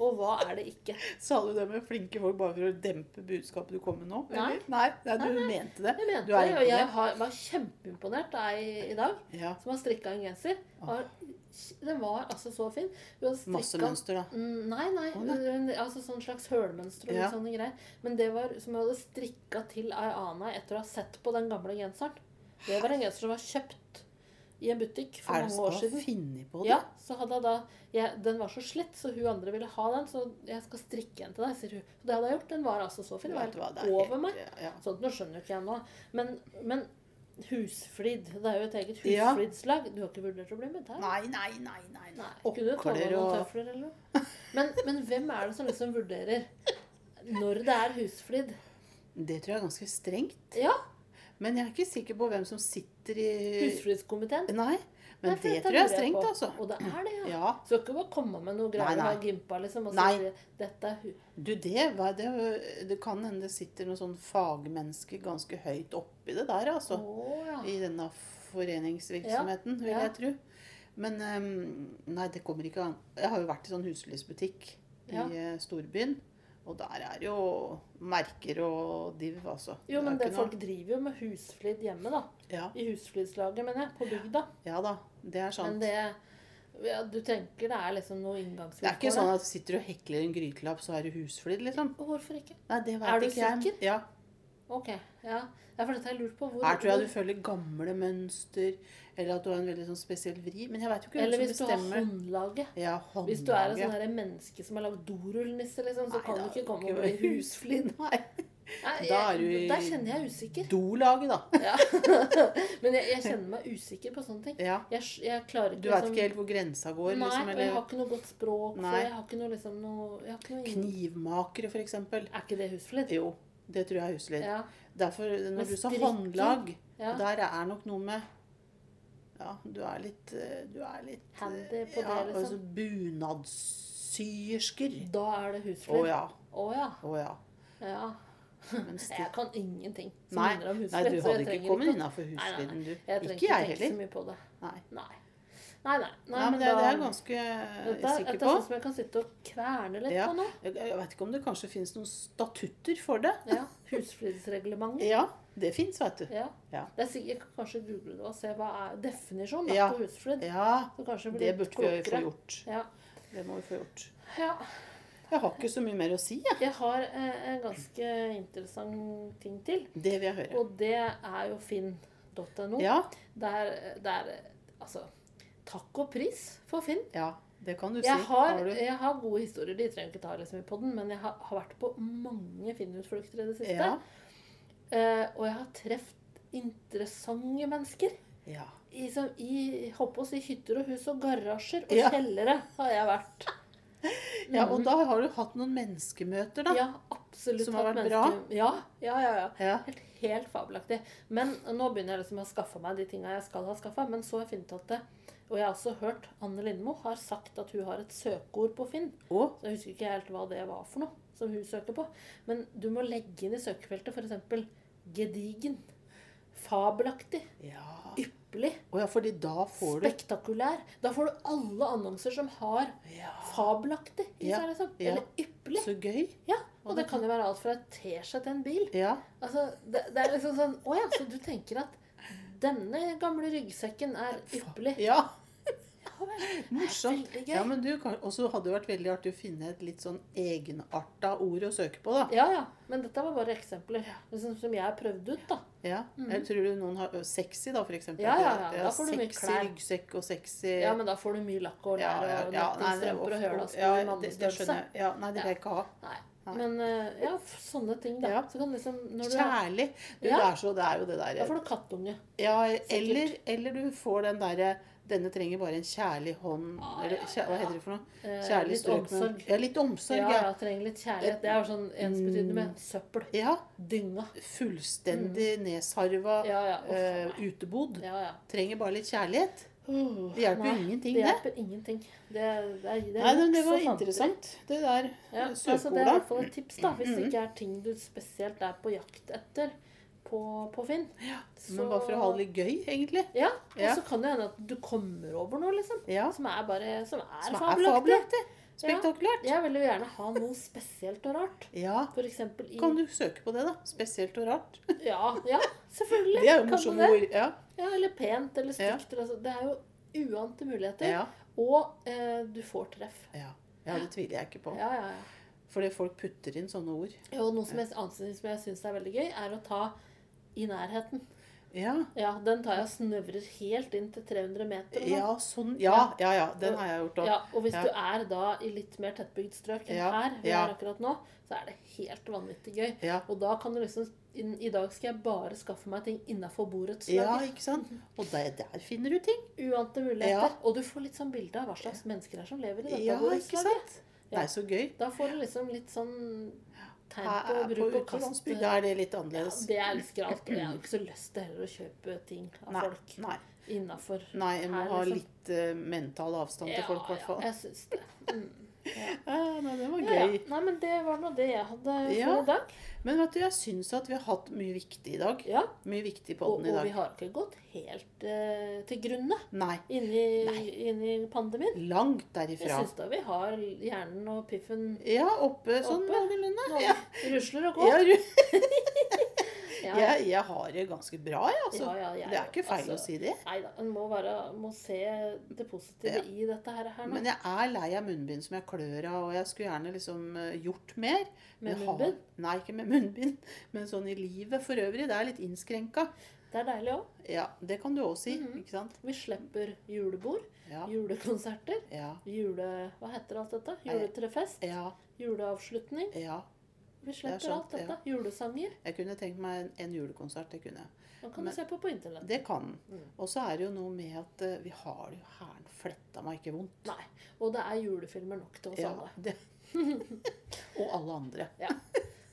og hva er det ikke?
Sa du det med flinke folk bare for å dempe budskapet du kom med nå?
Nei.
eller? Nei, nei du mente det.
Jeg mente
Du er
det, og jeg
imponert.
har, var kjempeimponert av ei i dag
Ja.
som har strikka en genser. Har, den var altså så fin. Hun har strikket-
Masse mønster, da.
Mm, Nei, nei.
Å, nei.
hun- Altså sånn slags hølmønster og litt
Ja.
sånne greier. Men det var som jeg hadde strikka til ei anna etter å ha sett på den gamle genseren. Det var en genser som var kjøpt i en butikk for
Er det
mange
som
år
har
siden.
funnet på det?
Ja, så hadde jeg da jeg, Den var så slitt, så hun andre ville ha den, så jeg skal strikke en til deg, sier hun. Og det hadde jeg gjort. Den var altså så fin. Den
Vet du hva,
var
det
helt
er
over
helt-
meg.
Ja.
Sånt nå skjønner jo ikke jeg nå. Men, men husflid Det er jo et eget
Ja.
husflidslag. Du har ikke vurdert å bli med der?
Nei, nei, nei, nei. nei.
Nei, Kunne du ta med
Åkler
noen
og
tøfler eller noe? Men, men hvem er det som liksom vurderer når det er husflid?
Det tror jeg er ganske strengt.
Ja,
Men jeg er ikke sikker på hvem som sitter i
husflidskomiteen.
Nei, men
Nei, for
det
dette
tror jeg
lurer
er
jeg
strengt,
på.
altså.
Og det er det, ja.
Ja.
Skal ikke bare komme med noe greier
Nei,
og ha
nei.
gimpa, liksom, og
Nei.
si dette er hu
Du, det, hva- det, det kan hende det sitter noen sånn fagmennesker ganske høyt oppi det der, altså.
Å, ja.
I denne foreningsvirksomheten, vil
ja.
jeg tro. Men ehm, nei, det kommer ikke an. Jeg har jo vært i sånn huslysbutikk
Ja.
i eh, storbyen. Og der er jo merker og div, altså.
Jo, men
er
det,
ikke
folk driver jo med husflid hjemme, da.
noe- ja,
I husflidslaget, mener jeg. På bygda.
ja da, det er
Men
sant.
det ja, Du tenker det er liksom noe inngangsvilkår?
Det er ikke sånn
da?
at sitter du og hekler en grytelapp, så er du husflid, liksom.
Og Hvorfor ikke?
Nei, det vet
Er du
ikke jeg.
sikker?
Ja.
Ok. Ja. Det er for dette jeg lurt på. Hvor,
Her tror jeg du følger gamle mønster, eller at du har en veldig sånn spesiell vri. Men jeg vet jo ikke
Eller
hvem
hvis
som
du har
bestemmer.
håndlaget.
Ja,
Hvis du er en sånn
håndlaget.
her menneske som har lagd dorullnisse, liksom, så
Nei,
kan
da
du ikke
er
komme
det
og
ikke
bli
[LAUGHS]
husflid.
Nei.
Nei,
Da er du
jeg,
i-
der kjenner jeg usikker.
Do-laget, da.
Ja. Men jeg, jeg kjenner meg usikker på sånne ting.
Ja.
Jeg, jeg klarer ikke
Du vet ikke helt hvor grensa går,
Liksom- Nei, og
liksom.
jeg har
Eller
ikke noe godt språk. for
Nei.
Jeg har ikke noe liksom noe, jeg har ikke noe inn-
knivmakere, for eksempel.
Er ikke det husflid?
Jo, det tror jeg er huslig.
Ja.
Derfor,
Men
når du sa
strikking,
håndlag,
ja.
der er nok noe med Ja, du er litt eh, Du er litt eh,
Handy på det,
ja,
liksom.
Altså bunadssiersker.
Da er det
Å
husflid. Å
ja.
ja.
Å ja.
ja.
Men
Jeg
strikk
kan ingenting som
Nei,
minner om
nei,
husflid.
du
så
hadde
jeg
ikke
trenger
kommet
å-
innafor
Nei, nei,
husfliden, du.
Jeg trenger
Ikke jeg
tenke så
heller.
mye på det.
Nei.
Nei. Nei, nei. nei,
Nei, men det,
da-
det er jeg ganske eh,
Dette er
sikker
et
på.
av sånt som jeg kan sitte og kverne litt
Ja.
på nå.
[LAUGHS] Jeg, jeg vet ikke om det kanskje finnes noen statutter for det.
Ja. Husflidsreglementet.
[LAUGHS] Ja, det fins, vet du.
Ja.
Ja.
Det er sikkert, jeg kan kanskje google det og se hva er definisjonen da,
Ja.
på husflid.
Ja,
Så kanskje blir
det
litt
burde vi få
klokere.
gjort.
Ja.
Det må vi få gjort.
ja.
Jeg har ikke så mye mer å si, jeg.
Jeg har eh, en ganske interessant ting til,
Det vil jeg høre.
og det er jo finn.no.
Ja,
Der, der Altså, takk og pris for Finn.
ja, det kan du si.
Jeg har,
du?
jeg har gode historier, de trenger jeg ikke ta liksom i podden, men jeg har, har vært på mange Finn-utflukter i det siste.
Ja.
Eh, og jeg har truffet interessante mennesker.
ja.
I, som, i, holdt på å si, hytter og hus og garasjer og
Ja.
kjellere har jeg vært.
[LAUGHS] Ja, og da har du hatt noen menneskemøter, da.
Mhm. Mm. Ja, absolutt.
Som har
hatt
vært
mennesker- Ja, ja, ja. ja.
Ja.
Helt, helt fabelaktig. Men nå begynner jeg liksom å skaffe meg de tinga jeg skal ha skaffa. Men så har jeg funnet at det Og jeg har også hørt Anne Lindmo har sagt at hun har et søkeord på Finn.
Og
Så jeg husker ikke helt hva det var for noe som hun søker på. Men du må legge inn i søkefeltet f.eks. gedigen, fabelaktig,
ja.
ypperlig,
Og ja, fordi da får du
spektakulær. Da får du alle annonser som har
ja.
fabelaktig i
Ja,
seg, liksom.
ja.
Eller ypperlig.
Så gøy.
Ja, og det kan jo være alt fra et T-skjorte til en bil.
Ja.
Altså, det, det er liksom sånn Å ja, så du tenker at denne gamle ryggsekken er ypperlig.
ja.
Ja vel.
Morsomt.
Veldig gøy.
Ja, men du, kan- også hadde det vært veldig artig å finne et litt sånn egenarta ord å søke på, da.
Ja ja. Men dette var bare eksempler liksom, som jeg har prøvd ut, da.
Ja. Jeg tror du noen har øh, sexy, da, for eksempel.
Mm. Ja, ja, ja. Da får du mye
sexy
klær.
ryggsekk og sexy
Ja, men da får du mye lakk og lær og nettingstrømper og hølasko
ja,
i
det, det
mannestørrelse.
skjønner jeg. Ja, nei, det vil jeg ikke ha.
Nei.
Nei.
Men eh, ja, f- sånne ting, da.
Ja.
Så kan liksom når du
Kjærlig. Du,
Ja.
det, er så, det er jo det
Da
derre
får du kattunge.
ja, eller, eller du får den derre Denne trenger bare en kjærlig hånd
Ah,
eller,
ja,
kjæ, Hva heter det for noe?
Eh,
Kjærlig
litt
strøk med-
omsorg.
Ja, litt omsorg,
Ja,
ja. Mm.
ja, trenger litt kjærlighet. Det er jo sånn ensbetydende med søppel.
ja.
Dynga.
Fullstendig
Mm.
nedsarva,
Ja, ja. uff,
eh,
nei.
utebodd.
ja, ja.
Trenger bare litt kjærlighet.
Uh,
Det hjelper
nei,
jo ingenting,
Det
det.
hjelper ingenting. Det, det, er- det, er
Nei, men det
juks
var
og fanteri.
interessant, det der
Ja,
eh,
altså det er i hvert
søkeordet.
fall et tips, da. Hvis det
Mhm.
ikke er ting du spesielt er på jakt etter på, på Finn.
Men bare for å ha det litt gøy, egentlig.
Ja, og
Ja.
så kan det hende at du kommer over noe, liksom.
Ja.
Som er bare Som er,
Som er
fabelaktig.
fabelaktig. Spektakulært.
Jeg vil jo gjerne ha noe spesielt og rart.
Ja.
For eksempel i
Kan du søke på det, da? Spesielt og rart.
Ja, ja selvfølgelig.
Det er jo
kan du
morsomme
det.
ord. Ja.
Ja, eller pent eller
Ja.
stygt. eller Altså, det er jo uante muligheter.
Ja.
Og eh, du får treff.
ja. Ja, det tviler jeg ikke på.
Ja, ja, ja.
Fordi folk putter inn sånne ord.
Og noe som jeg, annet som jeg syns er veldig gøy, er å ta i nærheten.
Ja.
Ja, den tar jeg og snøvrer helt inn til 300 meter. og sånn.
Ja, sånn. Ja, ja, ja. Den har jeg gjort òg.
ja, og hvis
Ja.
du er da i litt mer tettbygd strøk enn
Ja,
her, vi
ja.
er akkurat nå, så er det helt vanvittig gøy.
Ja.
Og da kan du liksom I, i dag skal jeg bare skaffe meg ting innafor bordets
ja,
lag.
ikke sant? Og der, der finner du ting.
Uante muligheter.
Ja.
Og du får litt sånn bilde av hva slags mennesker det er som lever i dette
Ja,
bordets
ikke
lag.
sant? Det er så gøy.
Da får du liksom litt sånn tegn
Her,
på eh,
er- på
bruk og kast.
utenlandsbygda er det litt
Ja,
annerledes.
det er litt skralt. Og jeg har jo ikke så lyst til heller å kjøpe ting av
Nei,
folk
nei,
innafor.
nei, en må
Her,
ha
liksom.
litt eh, mental avstand til folk, i hvert fall.
jeg syns det. Mm.
Ja, nei, det var
Ja,
[LAUGHS] gøy.
ja. Nei, men det var nå det jeg hadde
Ja.
for i dag.
Men vet du, jeg syns at vi har hatt mye viktig i dag.
Ja,
Mye viktig på
og,
den i
og vi
dag.
har ikke gått helt eh, til grunne
Nei,
inni,
Nei.
inni pandemien.
langt
Jeg
derifra.
syns da vi har hjernen og piffen
Ja, oppe sånn
Oppe.
noenlunde.
nå
Ja.
rusler og går.
Jeg, ru-
Ja,
jeg, jeg har det ganske bra, jeg, altså.
Ja, ja, jeg
det er
jo,
ikke feil
altså.
å si det.
Nei da, en må, være- må se det positive
Ja.
i dette her, her nå.
Men jeg er lei av munnbind som jeg klør av, og jeg skulle gjerne liksom eh, gjort mer.
Med
Men har-
munnbind.
Nei, ikke med munnbind, men sånn i livet for øvrig. Det er litt innskrenka.
Det er deilig òg.
Ja, det kan du òg si,
Mhm.
ikke sant?
Vi slipper julebord,
Ja,
julekonserter,
ja,
jule... Hva heter alt dette?
Nei.
Juletrefest,
ja.
juleavslutning.
ja.
Vi slipper
sant,
alt dette. Julesanger.
Jeg kunne tenkt meg en, en julekonsert, det kunne jeg.
Man kan
Men-
jo se på på internett.
Det kan den.
Mm.
Og så er det jo noe med at eh, vi har det jo hæren fletta meg ikke vondt.
Nei. Og det er julefilmer nok til oss
Ja,
alle.
det. og alle andre.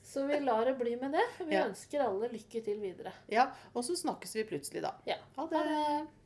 Så vi lar det bli med det. Vi
Ja.
ønsker alle lykke til videre.
Ja, og så snakkes vi plutselig, da.
Ja.
Ha
Ha
det.
det.